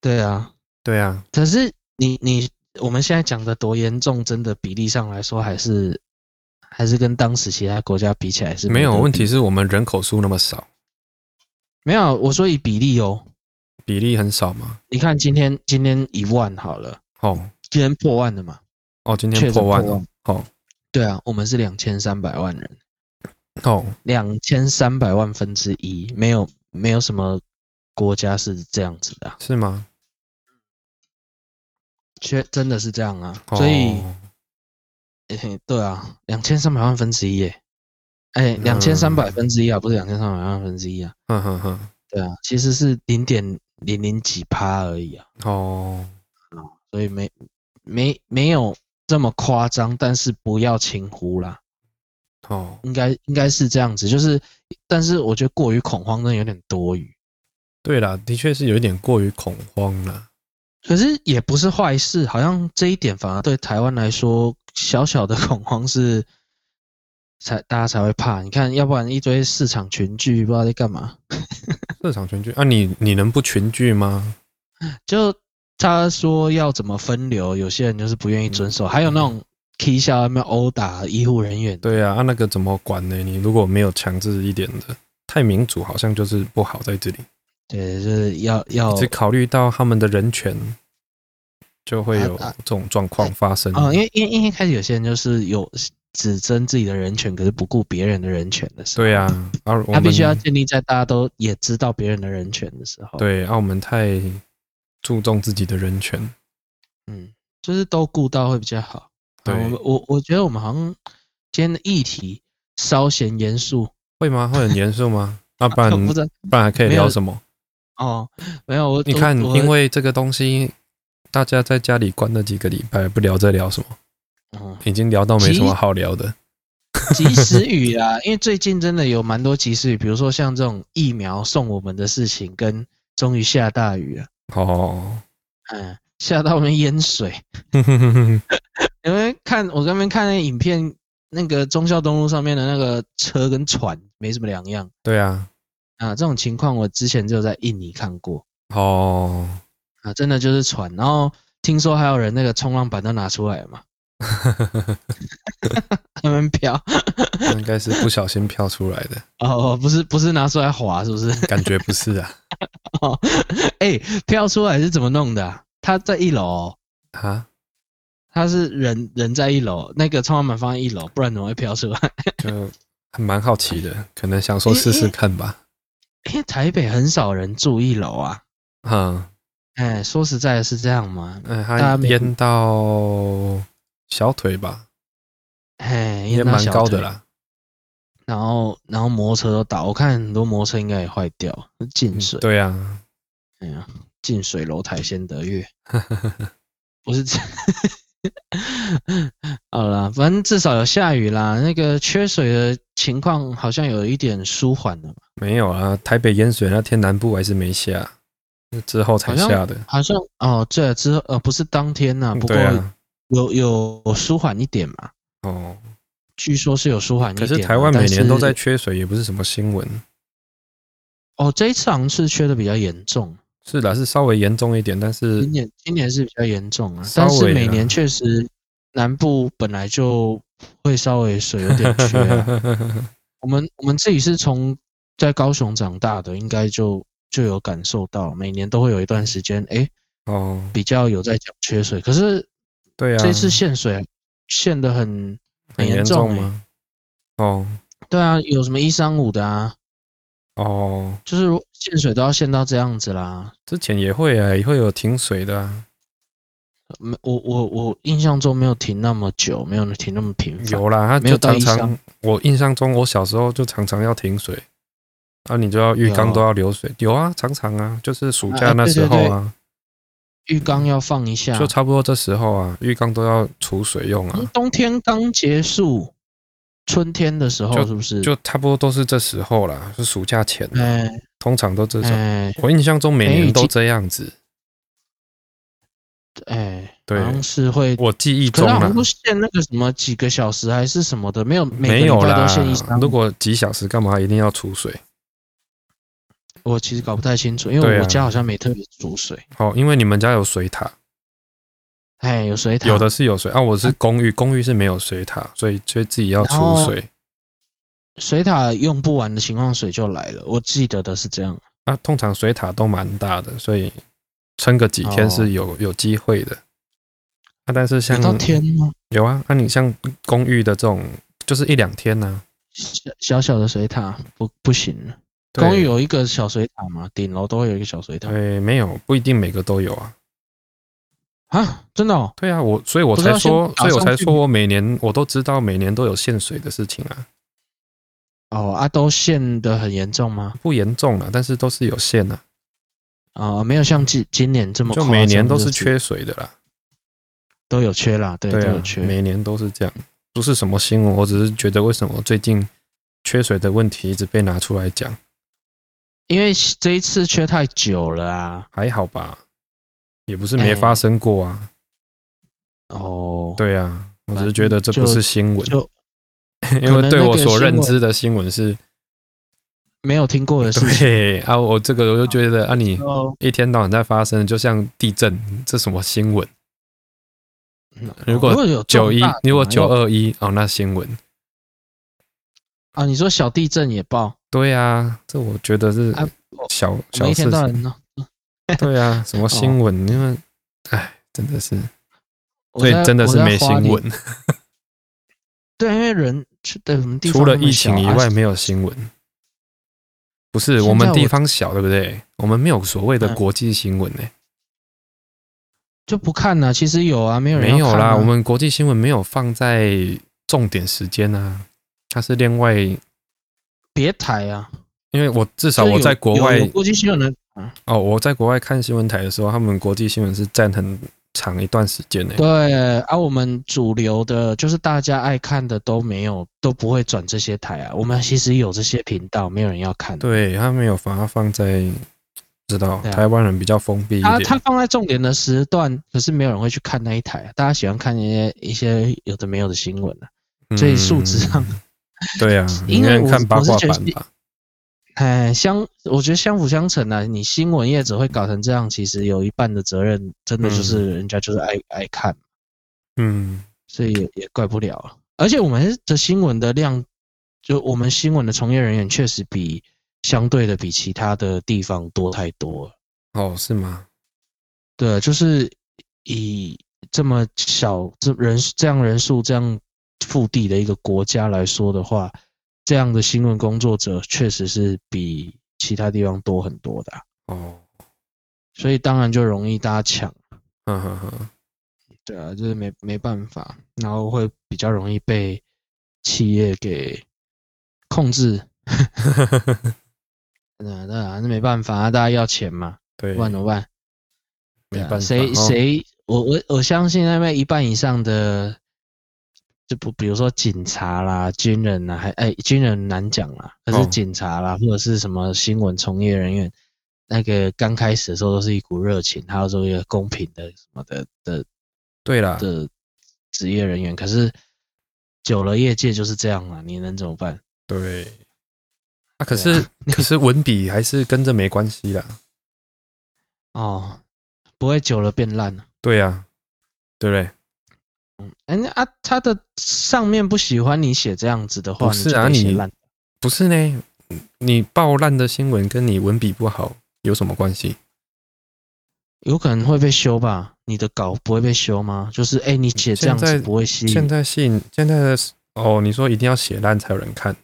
对啊，对啊，可是你你我们现在讲的多严重，真的比例上来说，还是还是跟当时其他国家比起来是没有得问比题，。是我们人口数那么少，没有，我说以比例哦。比例很少嘛。你看今天今天一万好了，哦今天破万了嘛？哦，今确天诊破万破了万，哦对啊，我们是两千三百万人，哦，两千三百万分之一，没有没有什么国家是这样子的、啊，是吗？确真的是这样啊。哦所以，嘿嘿对啊，两千三百万分之一耶，哎，两千三百分之一啊，不是两千三百万分之一啊。哼哼哼，对啊，其实是零点零零几趴而已啊，哦，所以没没没有这么夸张，但是不要轻忽啦，哦，应该应该是这样子，就是，但是我觉得过于恐慌真的有点多余，对啦，的确是有一点过于恐慌了。可是也不是坏事，好像这一点反而对台湾来说，小小的恐慌是才大家才会怕，你看，要不然一堆市场群聚不知道在干嘛，市场群聚啊，你你能不群聚吗？就他说要怎么分流，有些人就是不愿意遵嗯守，还有那种 K 下外面殴打医护人员，对啊，啊那个怎么管呢？你如果没有强制一点的，太民主好像就是不好在这里，对，就是要要只考虑到他们的人权，就会有啊啊这种状况发生。啊、因为因为因为一开始有些人就是有只争自己的人权，可是不顾别人的人权的时候，对啊，啊，我他们必须要建立在大家都也知道别人的人权的时候，，对啊，我们太注重自己的人权。嗯，就是都顾到会比较好。对啊我们我我觉得我们好像今天的议题稍显严肃，会吗？会很严 肃吗？那不然我不知道不然还可以没有聊什么？哦，没有我你看，我因为这个东西，大家在家里关了几个礼拜，不聊这聊什么？嗯，已经聊到没什么好聊的。 及时雨啦，因为最近真的有蛮多及时雨，比如说像这种疫苗送我们的事情，跟终于下大雨了，哦，嗯，下到我们淹水。 因为看我在那边看那影片，那个忠孝东路上面的那个车跟船没什么两样 对啊，啊。这种情况我之前就在印尼看过哦， 啊，真的就是船。然后听说还有人那个冲浪板都拿出来了嘛， 他们飘 应该是不小心飘出来的，哦，不是不是拿出来滑是不 是？感觉不是啊？ 哦，哎、飘出来是怎么弄的啊、他在一楼哦、啊，他是人人在一楼，那个冲浪板放在一楼，不然怎么会飘出来？ 就还蛮好奇的，可能想说试试看吧。因为台北很少人住一楼啊。嗯，哎，说实在的是这样吗？嗯，大它家没淹到小腿吧，哎，淹到蛮小高的腿。啦。然后，然后摩托车都倒，我看很多摩托车应该也坏掉，进嗯水。对啊，哎呀，近水楼台先得 月，不是 这。好啦，反正至少有下雨啦。那个缺水的情况好像有一点舒缓了嘛，没有啊，台北淹水那天南部还是没下，啊之后才好像下的。好像哦，这之后呃不是当天呐、不过对啊，有有舒缓一点嘛，哦，据说是有舒缓一可点啊。是台湾每但年都是在缺水，也不是什么新闻。哦，这一次好像是缺的比较严重。是啦，是稍微严重一点，但是今年今年是比较严重啊，稍但是微每啦年确实南部本来就会稍微水有点 缺、 啊。我们我们自己是从在高雄长大的，应该就就有感受到，每年都会有一段时间，哎、哦，比较有在讲缺水。可是对啊，这次限水限的很很严严重重欸吗？哦对啊，有什么一三五的啊，哦，就是如限水都要限到这样子啦。之前也会啊，也会有停水的啊，没，我我我印象中没有停那么久，没有停那么频繁。有啦，它没有就到常一常箱，我印象中我小时候就常常要停水，啊，你就要浴缸有都要流水，有啊，常常啊，就是暑啊假那对时对候对啊，浴缸要放一下，就差不多这时候啊，浴缸都要储水用啊嗯，冬天刚结束，春天的时候是不是？就差不多都是这时候啦，是暑假前啊，哎通常都这种。哎我印象中每梅雨年都季这样子，哎，对好像是会，我记忆可中是好啊像，都限那个什么几个小时还是什么的，没有每没个有礼拜啦都限一。如果几小时，干嘛一定要储水？我其实搞不太清楚，因为对啊我家好像没特别煮水。哦，因为你们家有水塔，哎，有水塔，有的是有水啊，我是公寓，公寓是没有水塔，所以所以自己要然后储水水塔用不完的情况，水就来了。我记得的是这样。啊。通常水塔都蛮大的，所以撑个几天哦是有、有机会的。啊，但是像有到天吗？有啊，那、你像公寓的这种，就是一两天啊呐、小小小的水塔不不行了。对公寓有一个小水塔嘛，顶楼都会有一个小水塔对，没有不一定每个都有啊。啊，真的哦。对啊，我所以我不是才要说先，打所以我上才去说吗我每年我都知道每年都有限水的事情啊，哦，啊，都限的很严重吗？不严重啊了，但是都是有限啊，啊、没有像今今年这么就夸张每年都是就缺水的啦。都有缺啦，对，对都啊有，缺。每年都是这样，不是什么新闻，我只是觉得为什么最近缺水的问题一直被拿出来讲，因为这一次缺太久了啊。还好吧，也不是没发生过啊。哦，对啊，我只是觉得这不是新闻，就因为对我所可能那个新闻认知的新闻是，没有听过的事情。 对啊，我这个我就觉得啊，你哦，一天到晚在发生，就像地震，这什么新闻？嗯如果有九一重大的，如果嘛九二一，哦，那新闻。啊，你说小地震也报，对啊，这我觉得是啊我小我们小一天哦事到情。晚呢。对啊，什么新闻？因为，哎，真的是。我所以在真的是没新。我在花闻莲，对，因为人去对我们地方除了那么疫情小以啊外没有新闻。不是现在我们我地方小，对不对？我们没有所谓的嗯国际新闻呢、就不看了。其实有啊，没有人没有要看啦。啊我们国际新闻没有放在重点时间啊，它是另外，因别台啊。为我至少就是我有在国外有有国际新闻的啊，哦，我在国外看新闻台的时候，他们国际新闻是占很长一段时间呢、对啊，我们主流的就是大家爱看的都没有，都不会转这些台啊。我们其实有这些频道，没有人要看。对，他没有把它放在，不知道对啊台湾人比较封闭一他点。他啊放在重点的时段，可是没有人会去看那一台啊、大家喜欢看一些一些有的没有的新闻啊。所以素质上嗯，对啊，啊因为宁愿我看八我是卦觉得版是吧。 哎，相我觉得相辅相成啊。你新闻业者会搞成这样，其实有一半的责任真的就是人家就是爱、爱看，嗯，所以也也怪不了啊。而且我们的新闻的量，就我们新闻的从业人员确实比相对的比其他的地方多太多了。哦，是吗？对，啊就是以这么小这人这样人数这样腹地的一个国家来说的话，这样的新闻工作者确实是比其他地方多很多的啊、哦，所以当然就容易大家抢。呵呵呵，对啊，就是没没办法，然后会比较容易被企业给控 制。那那还是没办法啊，大家要钱嘛，对，不然怎么办？没对啊办法，谁哦谁，我我我相信那边一半以上的，就不比如说警察啦、军人啦，还哎、军人难讲啦，可哦是警察啦、或者是什么新闻从业人员，那个刚开始的时候都是一股热情，还有说一个公平的什么的的对啦，的职业人员，可是久了业界就是这样啦，你能怎么办？对。啊，可对是 可是文笔还是跟这没关系啦。哦，不会久了变烂了。对呀、对不对？嗯，哎、那啊，他的上面不喜欢你写这样子的话，不是啊你就得你写烂。不是呢，你爆烂的新闻跟你文笔不好有什么关系？有可能会被修吧？你的稿不会被修吗？就是哎、你写这样现子在不会吸现引，在信现在的哦，你说一定要写烂才有人看，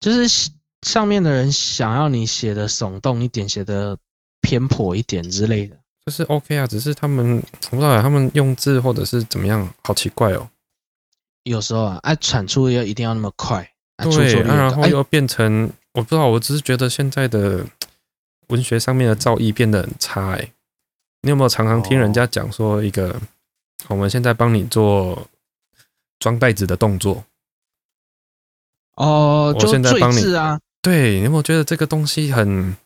就是写上面的人想要你写的耸动一点，写的偏颇一点之类的。这是 OK 啊，只是他们我不知道啊他们用字或者是怎么样，好奇怪哦。有时候啊，啊，产出要一定要那么快，啊、出对，错率啊、也然高后哎又变成、我不知道，我只是觉得现在的文学上面的造诣变得很差哎、你有没有常常听哦人家讲说一个，我们现在帮你做装袋子的动作？哦，我就现在最帮你字啊，对，你有没有觉得这个东西很？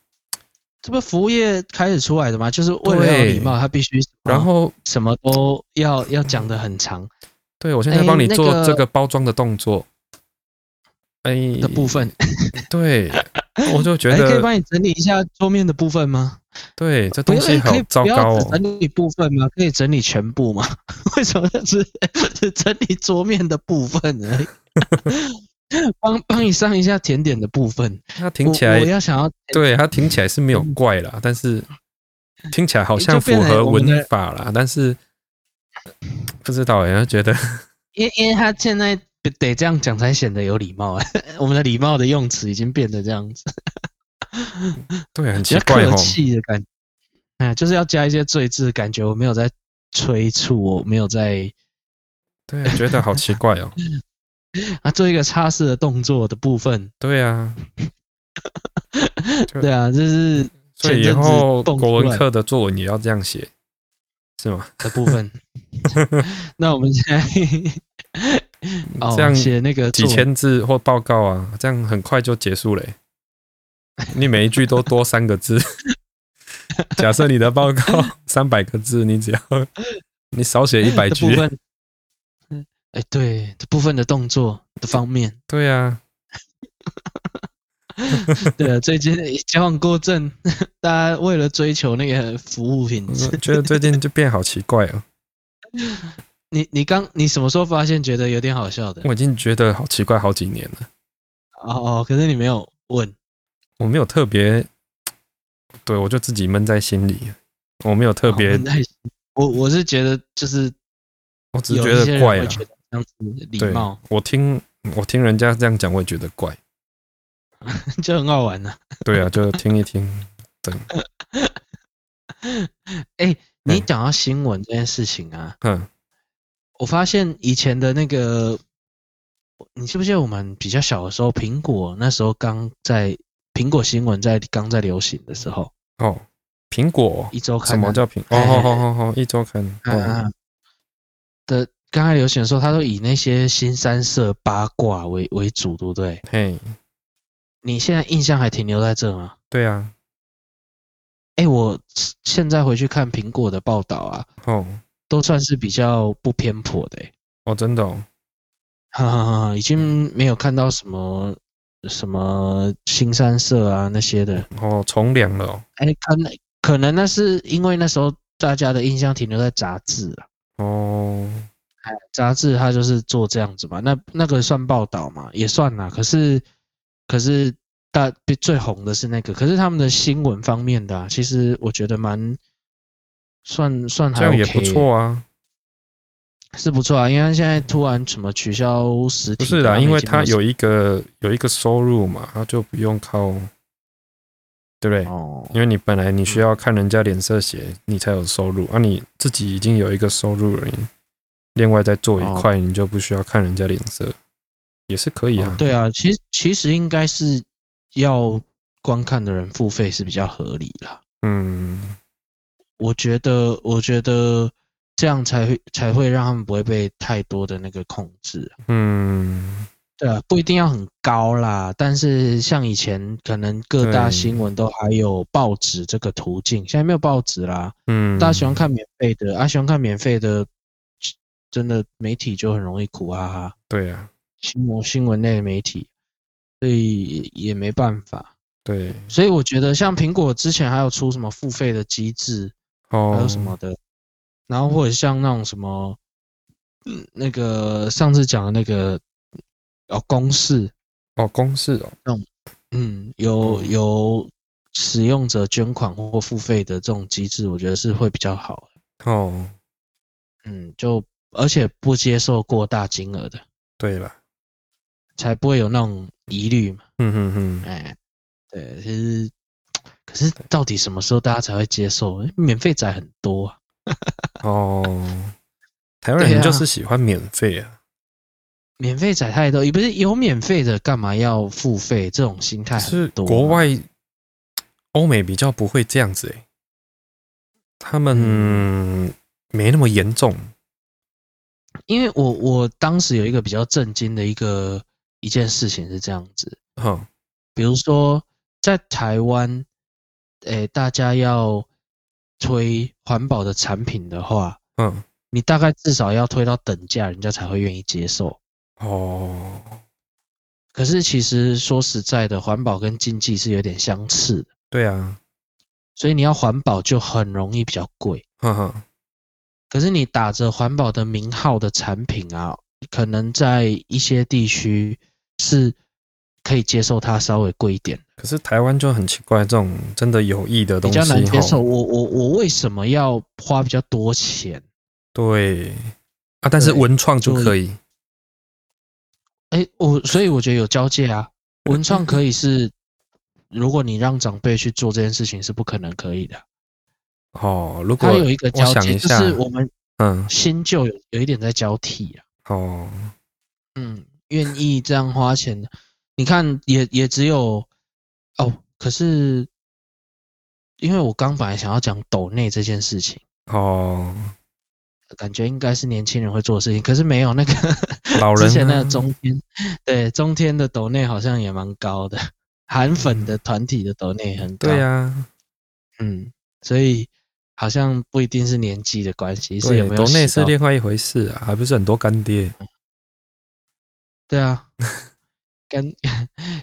这不服务业开始出来的吗？就是为了要对礼貌，他必须什么然后什么都要要讲的很长对我现在哎帮你那做个这个包装的动作，哎、的部分。对，我就觉 哎，可以得帮你整理一下桌面的部分吗？对这不东要西哎可好以糟不要糕只哦。整理部分吗？可以整理全部吗？ 为什么只只整理桌面的部分而已？ 帮帮你上一下甜点的部分，它听起我来我要想要对它听起来是没有怪啦，但是听起来好像就变符成合我们文的法啦，但是不知道哎、欸，觉得因因为他现在得得这样讲才显得有礼貌啊。 我们的礼貌的用词已经变得这样子，对很比奇较怪客哦。气的感觉。哎，就是要加一些罪字，感觉我没有在催促，我没有在对，觉得好奇怪哦。啊做一个擦拭的动作的部分。对啊，对对啊， 就是所以以前阵子后蹦出国文来课的作文也要这样写，是吗？的部分。 那我们现 在哦，这样写那个几作文千字或报告啊，这样很快就结束了欸。你每一句都多三个字。 假设你的报告三百个字，你只要 你少写一百的部句，分。嗯，哎，对，这部分的动作的方面，对啊，对啊， 最近矫枉过正，大家为了追求那个服务品我质，觉得最近就变好奇怪哦。你你刚你什么时候发现觉得有点好笑的？我已经觉得好奇怪好几年了，哦哦，可是你没有问，我没有特别，对我就自己闷在心里，我没有特哦别很，耐心我我是觉得就是我只是有觉一些得人怪会啊觉。得这样子礼对貌 我听我听人家这样讲，我也觉得怪。就很好玩呐、对啊，就听一听。哎、你嗯讲到新闻这件事情啊，哼，我发现以前的那个，你记不记得我们比较小的时候，苹果那时候刚在苹果新闻在刚在流行的时候，哦，苹果一周什刊啊么叫苹？哦哎哦哦哦，一周刊。嗯嗯哦嗯的刚开流行的时候，他都以那些新三色八卦为为主，对不对？嘿，你现在印象还停留在这吗？对啊，哎，我现在回去看苹果的报道啊，哦，都算是比较不偏颇的、欸，哦，真的哦，哈哈哈 哈，已嗯经没有看到什么什么新三色啊那些的。哦，从良了哦，哎，可能可能那是因为那时候大家的印象停留在杂志了，哦，哎，杂志它就是做这样子嘛，那那个算报道嘛，也算啦。可是可是大最红的是那个，可是他们的新闻方面的、啊，其实我觉得蛮算算这还、样 OK、也不，错啊。是不错啊。因为现在突然什么取消实体不的啊，是啦，因为他已经有一个有一个收入嘛，他就不用靠，对不对？哦，因为你本来你需要看人家脸色写，你才有收入啊。你自己已经有一个收入了，你另外再做一块，你就不需要看人家脸色，也是可以啊。哦对啊，其实其实应该是要观看的人付费是比较合理啦。嗯，我觉得，我觉得这样才会才会让他们不会被太多的那个控制。啊嗯对啊，不一定要很高啦，但是像以前可能各大对新闻都还有报纸这个途径，现在没有报纸啦，嗯，大家喜欢看免费的，啊，喜欢看免费的，真的媒体就很容易苦哈哈。对啊，新闻新闻类的媒体，所以也没办法。对所以我觉得像苹果之前还有出什么付费的机制，哦，还有什么的，然后或者像那种什么，嗯，那个上次讲的那个哦公式，哦？公式哦，嗯，有嗯有使用者捐款或付费的这种机制，我觉得是会比较好的，哦，嗯，就而且不接受过大金额的，对了，才不会有那种疑虑嘛，嗯哼哼，哎，对，其实。可是到底什么时候大家才会接受？免费仔很多啊，哦，台湾人就是喜欢免费啊，免费仔太多，也不是有免费的，干嘛要付费？这种心态可是很多嘛。啊国外欧美比较不会这样子诶，他嗯们没那么严重。因为我我当时有一个比较震惊的一个一件事情是这样子，哈，比如说在台湾，诶、大家要推环保的产品的话，嗯，你大概至少要推到等价，人家才会愿意接受。哦，可是其实说实在的，环保跟经济是有点相似的，对啊，所以你要环保就很容易比较贵。哈哈，可是你打着环保的名号的产品啊，可能在一些地区是可以接受它稍微贵一点，可是台湾就很奇怪，这种真的有益的比东西较难接受。吼我我我为什么要花比较多钱？对啊，但是对文创就就可以，哎、我所以我觉得有交界啊，文创可以是，如果你让长辈去做这件事情是不可能可以的，啊哦，如它果有一个交我想界，一就下是我们嗯，新旧有有一点在交替啊。哦，嗯，愿意这样花钱的，你看也也只有哦。可是，因为我刚本来想要讲抖内这件事情，哦，感觉应该是年轻人会做的事情，可是没有那个老人之前那啊个中天，对中天的抖内好像也蛮高的，韩粉的团体的抖内很高。对啊，嗯，所以好像不一定是年纪的关系，是对，有没有国内使是到哎另外一回事啊，还不是很多干爹，对 啊，跟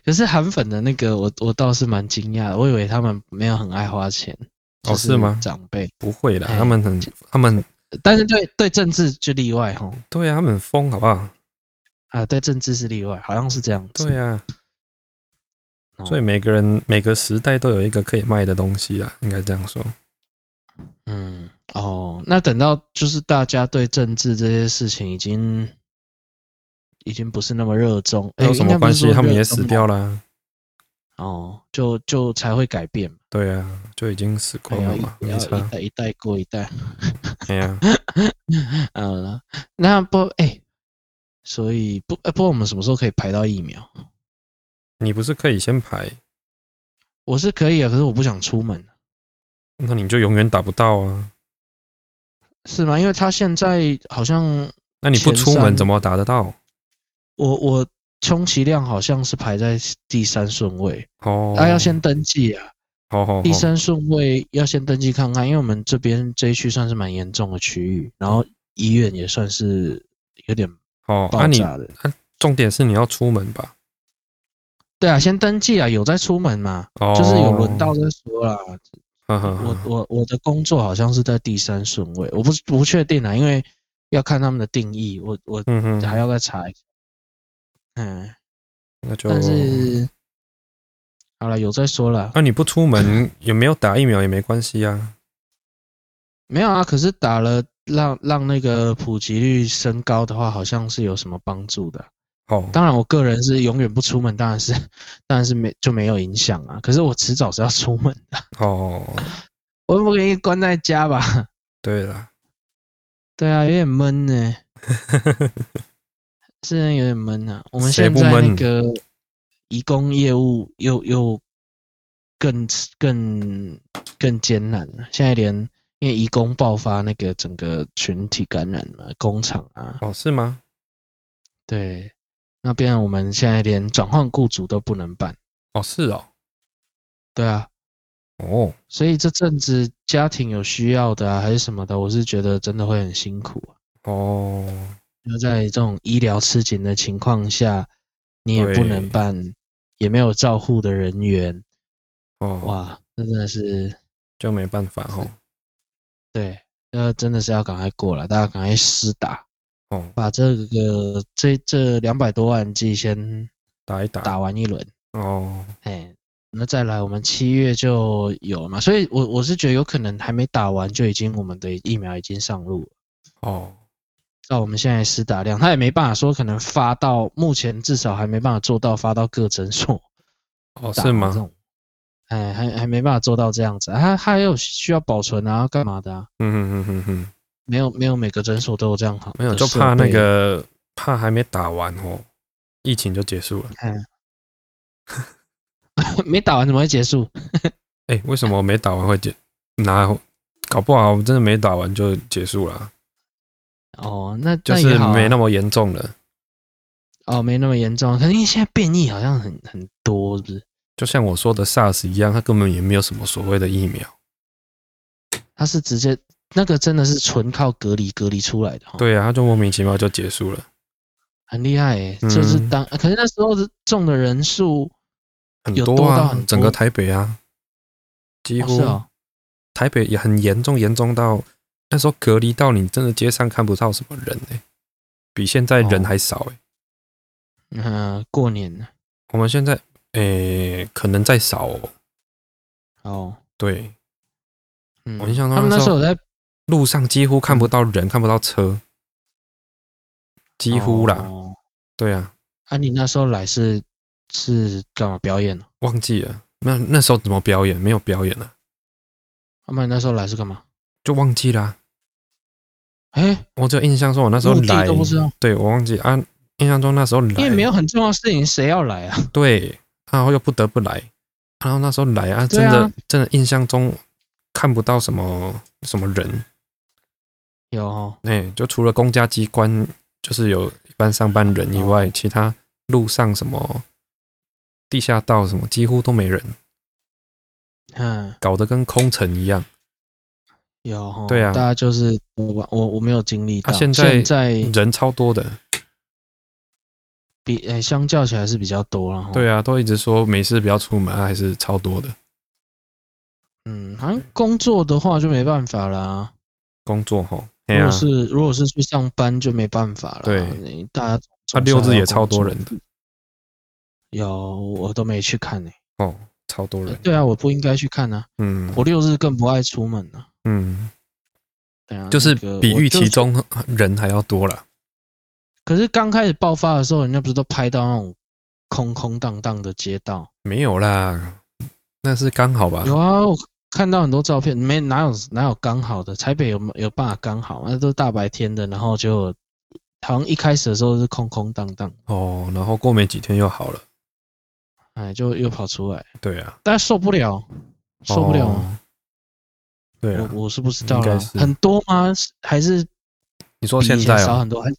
可是韩粉的那个我，我倒是蛮惊讶的，我以为他们没有很爱花钱。哦就是吗长辈，不会啦，哎他们很，他们但是对对政治就例外哈对啊，他们很疯，好不好？啊，对政治是例外，好像是这样子。对啊，哦所以每个人每个时代都有一个可以卖的东西啦，应该这样说。嗯，哦，那等到就是大家对政治这些事情已经已经不是那么热衷，那哎有什么关系？他们也死掉了啦。哦，就就才会改变嘛，对啊，就已经死光了嘛，哎要没要一差。代一代过一代。哎呀，嗯，那不哎、所以不呃不，过我们什么时候可以排到疫苗？你不是可以先排，我是可以啊，可是我不想出门，那你就永远打不到啊。是吗？因为他现在好像那你不出前门三怎么打得到？我我充其量好像是排在第三顺位，啊哦，他、要先登记啊，好好好第三顺位要先登记看看，因为我们这边这一区算是蛮严重的区域，然后医院也算是有点哦，那爆你炸的。重点是你要出门吧？对啊，先登记啊，有在出门嘛，哦，就是有轮到再说啦。呵呵呵我我我的工作好像是在第三顺位，我不不确定啊，因为要看他们的定义，我我嗯哼，还要再查一下。嗯，那就但是好了，有再说了，啊那、你不出门有没有打疫苗也没关系啊。没有啊？可是打了让让那个普及率升高的话，好像是有什么帮助的。啊哦，当然，我个人是永远不出门，当然是 当然是没就没有影响啊。可是我迟早是要出门的，哦，我不愿意关在家吧？对了，对啊，有点闷呢、是有点闷啊。我们谁现不在那闷个移工业务又又更更更艰难了。现在连因为移工爆发那个整个群体感染嘛，工厂啊， 哦，是吗？对，那边我们现在连转换雇主都不能办。哦，是哦，对啊，哦，所以这阵子家庭有需要的啊，还是什么的，我是觉得真的会很辛苦啊。哦，就在这种医疗吃紧的情况下，你也不对能办，也没有照护的人员，哦，哇，那真的是就没办法哦，对，呃，真的是要赶快过了，大家赶快施打，哦，把这个这这两百多万剂先打一打，打完一轮，哦，哎，那再来我们七月就有了嘛，所以我我是觉得有可能还没打完就已经我们的疫苗已经上路了。哦，照我们现在的施打量，他也没办法说可能发到目前至少还没办法做到发到各诊所，哦，打是这吗？种哎，还还没办法做到这样子啊，它它还有需要保存啊，干嘛的啊？嗯哼哼哼哼，没有没有每个诊所都有这样好的没有，就设怕那备个怕还没打完哦，疫情就结束了。 没打完怎么会结束？哎，为什么我没打完会结？哪有？搞不好我真的没打完就结束了啊，哦，那就那是也好啊没那么严重了。哦没那么严重，可是因为现在变异好像很很多，是不是？就像我说的 SARS 一样，它根本也没有什么所谓的疫苗。它是直接那个真的是纯靠隔离隔离出来的、哦，对啊，它就莫名其妙就结束了。很厉害耶、就是嗯当、可是那时候中的人数很有多多到啊，很多整个台北啊，几哦乎、是哦，台北也很严重，严重到那时候隔离到你真的街上看不到什么人呢、比现在人哦还少诶、嗯、过年了我们现在诶、可能再少、哦，哦，对，嗯，我印象中他们那那时时候候有在路上几乎看不到人，看不到车，几乎啦，哦对啊，啊，你那时候来是是干嘛表演？哦忘记了。那那时候怎么表演？没有表演啊，他啊们那时候来是干嘛？就忘记啦、哎、我只有印象说，我那时候目的来都不知道，对我忘记啊。印象中那时候来，因为没有很重要的事情，谁要来啊？对，然后又不得不来，然后那时候来啊，真对啊的、真的印象中看不到什么什么人，有哦，哎、就除了公家机关，就是有一般上班人以哦外，其他路上什么地下道什么几乎都没人，嗯，搞得跟空城一样。有哦，对啊大家就是我我我没有经历到，啊现在在人超多的，比诶、相较起来是比较多了哈。对啊，都一直说没事不要出门，啊还是超多的。嗯，好像工作的话就没办法啦。工作吼，哎如呀、果是如果是去上班就没办法了。对你大家啊，总是要六日也工作超多人的，有我都没去看呢、哦，超多人，对啊，我不应该去看啊，嗯我六日更不爱出门啊。嗯，对啊，就是那个比我预就期是中人还要多了。可是刚开始爆发的时候，人家不是都拍到那种空空荡荡的街道？没有啦，那是刚好吧？有啊，我看到很多照片，没哪有哪有刚好的，台北有有办法刚好吗？那都是大白天的，然后就好像一开始的时候是空空荡荡，哦，然后过没几天又好了。哎，就又跑出来，对啊，大家受不了，受不了吗？哦对啊，我我是不知道应该啦，是很多吗？是还是你说比现以前在少哦，很多？还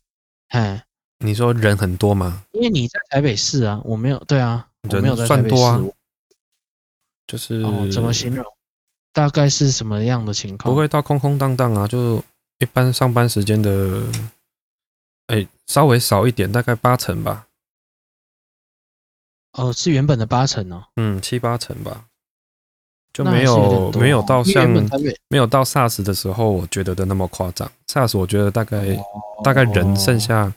哎，你说人很多吗？因为你在台北市啊，我没有，对啊，我人没有在算台北市，多啊就是、哦，怎么形容？大概是什么样的情况？不会到空空荡荡啊，就一般上班时间的，哎，稍微少一点，大概八成吧，哦，是原本的八成哦，嗯，七八成吧，就那没还是有有点多没有到因为像原本台北没有到 SARS 的时候，我觉得的那么夸张。SARS 我觉得大概哦大概人剩下，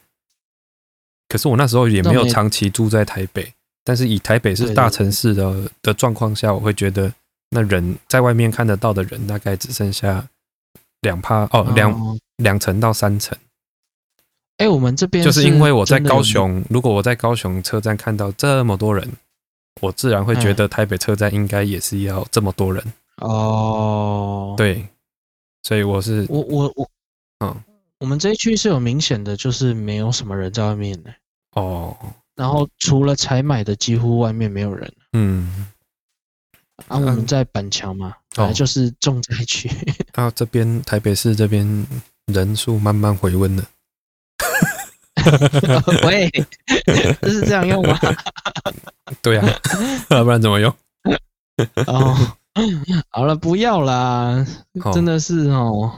可是我那时候也没有长期住在台北，但是以台北是大城市的的状况下，我会觉得那人在外面看得到的人大概只剩下两趴哦哦两两层到三层，哎、我们这边就是因为我在真的有高雄，如果我在高雄车站看到这么多人，我自然会嗯觉得台北车站应该也是要这么多人，哦，，对，所以我是我我我，嗯，我们这一区是有明显的，就是没有什么人在外面的，哦然后除了采买的，几乎外面没有人嗯。啊。我们在板桥嘛，本哦来就是重灾区， 然后这边台北市这边人数慢慢回温了，哦喂，这是这样用吗？ 对啊，不然怎么用？哦，好了，不要啦，哦真的是哦。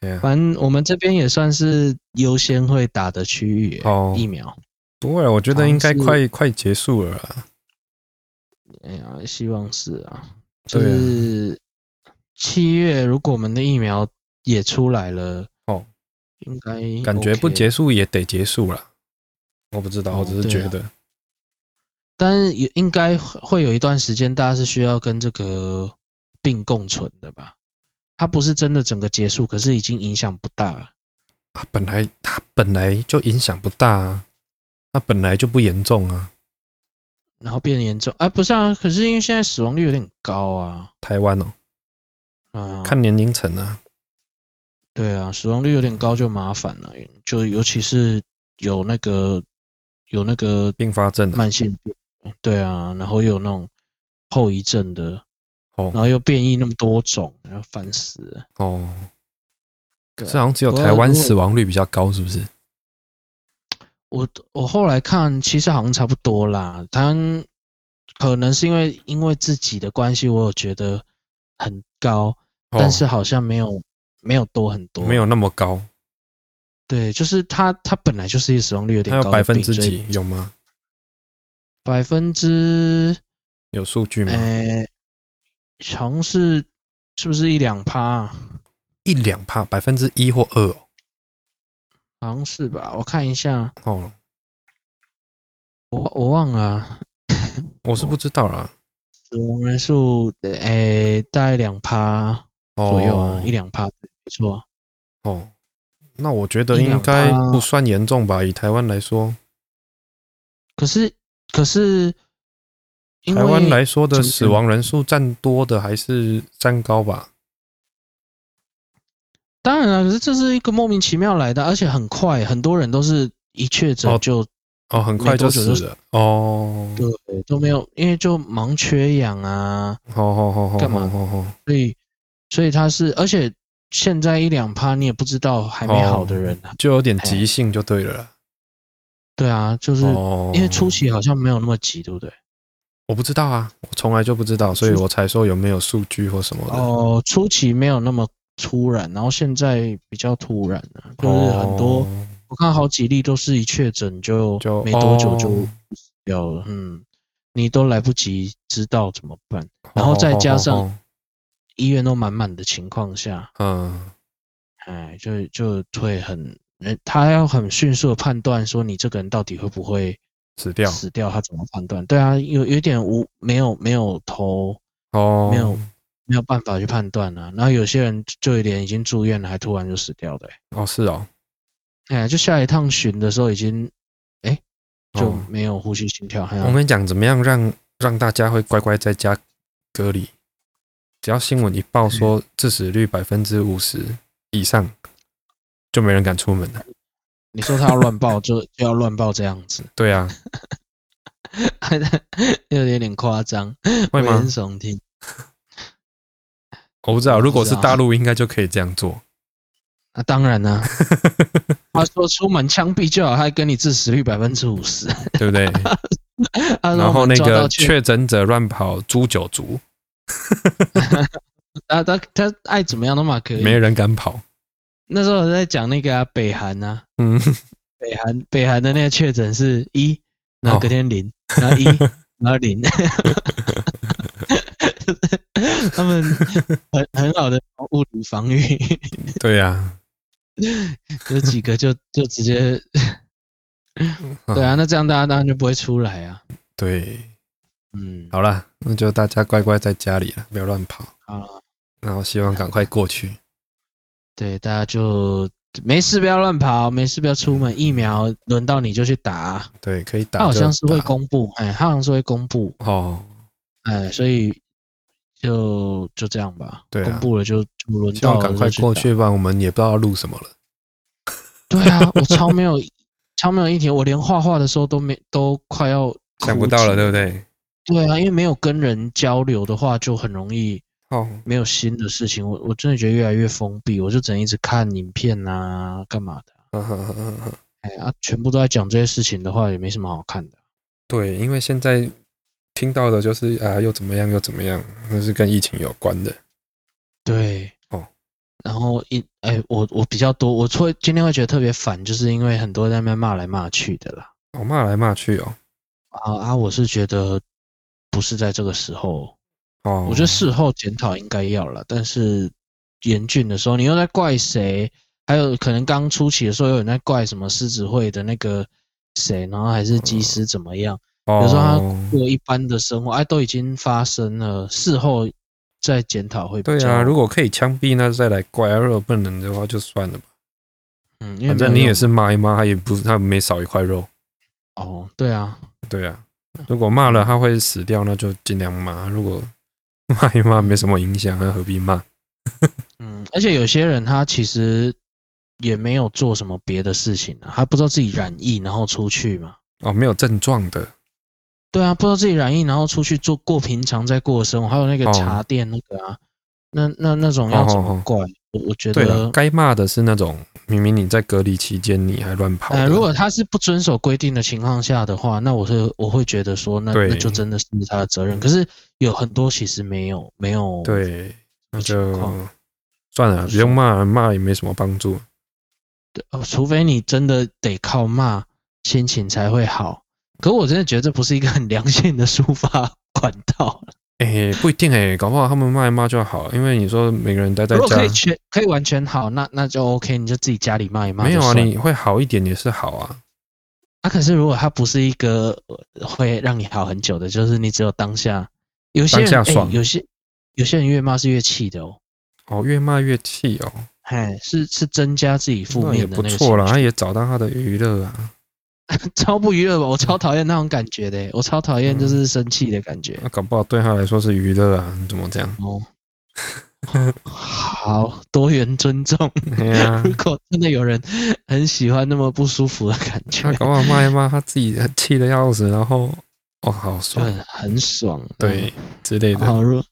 对啊反正我们这边也算是优先会打的区域、哦疫苗。不会啊，我觉得应该快快结束了啦。哎呀，希望是啊，就对啊是七月，如果我们的疫苗也出来了，哦，应该感觉 OK 不结，束也得结束了。我不知道，哦我只是觉得，但是也应该会有一段时间，大家是需要跟这个病共存的吧？它不是真的整个结束，可是已经影响不大了。啊本来它本来就影响不大啊，它本来就不严重啊。然后变严重，哎、不是啊，可是因为现在死亡率有点高啊，台湾哦，啊，看年龄层啊，对啊，死亡率有点高就麻烦了，就尤其是有那个有那个并发症啊，慢性病，对啊，然后又有那种后遗症的，然哦后又变异那么多种，然后烦死了。哦，对啊是好像只有不过台湾如果死亡率比较高，是不是？我我后来看，其实好像差不多啦。他可能是因为因为自己的关系，我有觉得很高，哦但是好像没有没有多很多，没有那么高，对，就是它它本来就是使用率有点它有高的百分病之？所以几有吗？百分之有数据吗？诶，好像是是不是一两趴啊？一两帕，百分之一或二哦好像是吧？我看一下，哦，我我忘了我哦是不知道啦。死亡人数，诶，哎大概两趴哦，左右啊，一两趴，没错。哦，那我觉得一两应该趴不算严重吧？以台湾来说，可是可是，因台湾为来说的怎么死讲亡人数占多的还是占高吧？当然啊了，可是这是一个莫名其妙来的，而且很快，很多人都是一确诊哦就、哦，很没快就多久就死了。哦，对都没有，因为就忙缺氧啊，好好好好，干嘛好好好，所以所以他是，而且现在一两趴你也不知道还哦没好的人，啊就有点急性就对了啦。对啊，就是、哦，因为初期好像没有那么急，对不对？我不知道啊，我从来就不知道，所以我才说有没有数据或什么的。哦、初期没有那么突然，然后现在比较突然了、就是很多、哦我看好几例都是一确诊就就没多久就哦死掉了，嗯，你都来不及知道怎么办，然后再加上哦哦医院都满满的情况下，哦哦哎，就就会很，呃他要很迅速的判断说你这个人到底会不会嗯，死掉死掉，他怎么判断？对啊，有有点无没有没有头，哦，没有没有办法去判断啊。然后有些人就有点已经住院了，还突然就死掉的、欸哦是哦，哎，就下一趟巡的时候已经，哎，就哦没有呼吸心跳，哎还有我跟你讲，怎么样让让大家会乖乖在家隔离？只要新闻一报嗯说致死率百分之五十以上，就没人敢出门了。你说他要乱报就 就要乱报这样子， 对啊，又有点夸张，会危吗言？耸听。我不知道，如果是我不知道大陆，应该就可以这样做。那、啊当然 啦、他说出门枪毙就好，他还跟你致死率百分之五十。 对不对？他说然我后们那抓到个确，确诊者乱跑诛九族，啊，他他爱怎么样都嘛可以。没人敢跑。那时候我在讲那个、啊、北韩啊，嗯，北韩北韩的那个确诊是一，然后哦隔天零，然 后一，然后零， 他们很很好的物理防御， 对啊呀、有几个就就直 接啊对啊，那这样大家当然就不会出来啊。对，嗯，好啦，那就大家乖乖在家里了，不要乱跑。好了，然后希望赶快过去。对，大家就没事不要乱跑，没事不要出门，疫苗轮到你就去打。对，可以嗯打它好就像是会打公布，哎，它好像是会公布，哦，哎，所以就就这样吧。对啊公布了就就轮希到望了赶快就过打。去，不然我们也不知道要录什么了。对啊，我超没有 超没有一题，我连画画的时候都没都快要想不到了，对不对？对？对啊，因为没有跟人交流的话，就很容易哦，没有新的事情，我我真的觉得越来越封闭，我就只能一直看影片啊，干嘛的？ 呵呵呵呵呵哎啊，全部都在讲这些事情的话，也没什么好看的。对，因为现在听到的就是啊，又怎么样，又怎么样，那是跟疫情有关的。对，哦，然后一哎，我我比较多，我会今天会觉得特别烦，就是因为很多在那边骂来骂去的啦。哦，骂来骂去哦。啊啊，我是觉得不是在这个时候，哦，我觉得事后检讨应该要了，但是严峻的时候，你又在怪谁？还有可能刚初期的时候，有人在怪什么狮子会的那个谁，然后还是嗯机师怎么样？有有时候他过一般的生活，哎、都已经发生了，事后再检讨会比较对啊，如果可以枪毙，那再来怪啊；如果不能的话，就算了吧。嗯，因为反没正有你也用是骂一骂，他也不他没少一块肉。哦，对啊，对啊，嗯如果骂了他会死掉，那就尽量骂；如果 骂一骂没什么影响，那何必骂？嗯，而且有些人他其实也没有做什么别的事情、啊，他不知道自己染疫，然后出去嘛。哦，没有症状的，对啊，不知道自己染疫，然后出去做过平常在过的生活，还有那个哦茶店那个啊，那那那种要怎哦哦么哦怪？我我觉对啊了，得，呃该骂的是那种明明你在隔离期间你还乱跑的、呃，如果他是不遵守规定的情况下的话，那我是我会觉得说，那对那就真的是他的责任。可是有很多其实没有没有，对，那情就况算了，不用骂，骂也没什么帮助。呃除非你真的得靠骂，心情才会好。可我真的觉得这不是一个很良性的抒发管道。哎、不一定哎、搞不好他们骂一骂就好，因为你说每个人待在如果可以家，全可以完全好，那那就 OK，你就自己家里骂一骂没就有啊，算了。你会好一点也是好啊。啊，可是如果它不是一个呃会让你好很久的，就是你只有当下，有些人当下哎爽有些有些人越骂是越气的哦，哦，越骂越气哦，哎，是是增加自己负那也面的不那个错啦，情绪他也找到他的娱乐啊。 超不娱乐吧，我超讨厌那种感觉的，我超讨厌嗯就是生气的感觉。那、搞不好对他来说是娱乐啊，你怎么 这样？ 哦，好多元尊重。哎呀如，果真的有人很喜欢那么不舒服的感觉他，搞不好骂一骂，他自己气的要死，然后哦，好就爽，很很爽。嗯对之类的。好，如果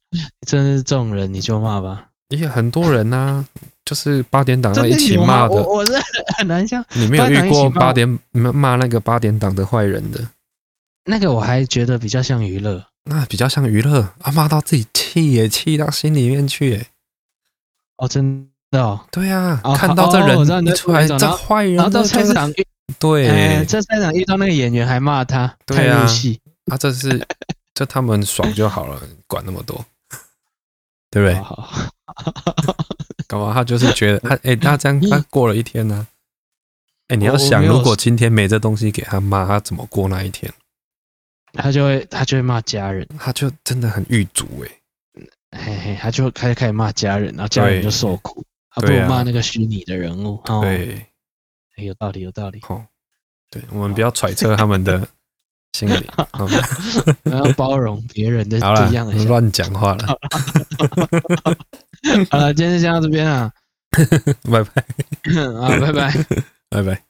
真的是这种人，你就骂吧。也很多人呐、就是八点档要真一的起有骂吗？的，我我是很难想。你没有八点档遇一起过骂八点嗯骂那个八点档的坏人的，那个我还觉得比较像娱乐，那比较像娱乐啊，骂到自己气也气到心里面去耶。哦，真的哦。对啊，哦看到这哦我知道人你一在出来，说那种这然后坏人然后到这菜就是市场遇，哎，啊对，在菜市场遇到那个演员还骂他，对太入啊戏。啊，这是这他们爽就好了，管那么多， 对不对好？好哦好搞不好他就是觉得他哎，他这样你他过了一天呢、哎，你我要我想，没有如果今天没这东西给他骂，他怎么过那一天？他就会他就会骂家人，他就真的很狱卒哎、嘿嘿，他就开始开始骂家人，然后家人对就受苦，他不对如啊骂那个虚拟的人物。哦，对，哎有道理，有道理。好、对，我们不要揣测他们的 心理。好吧我要包容别人的好了不一样的，想法。乱讲话了，好了，今天就先到这边啊， 拜拜，啊，拜拜。拜拜。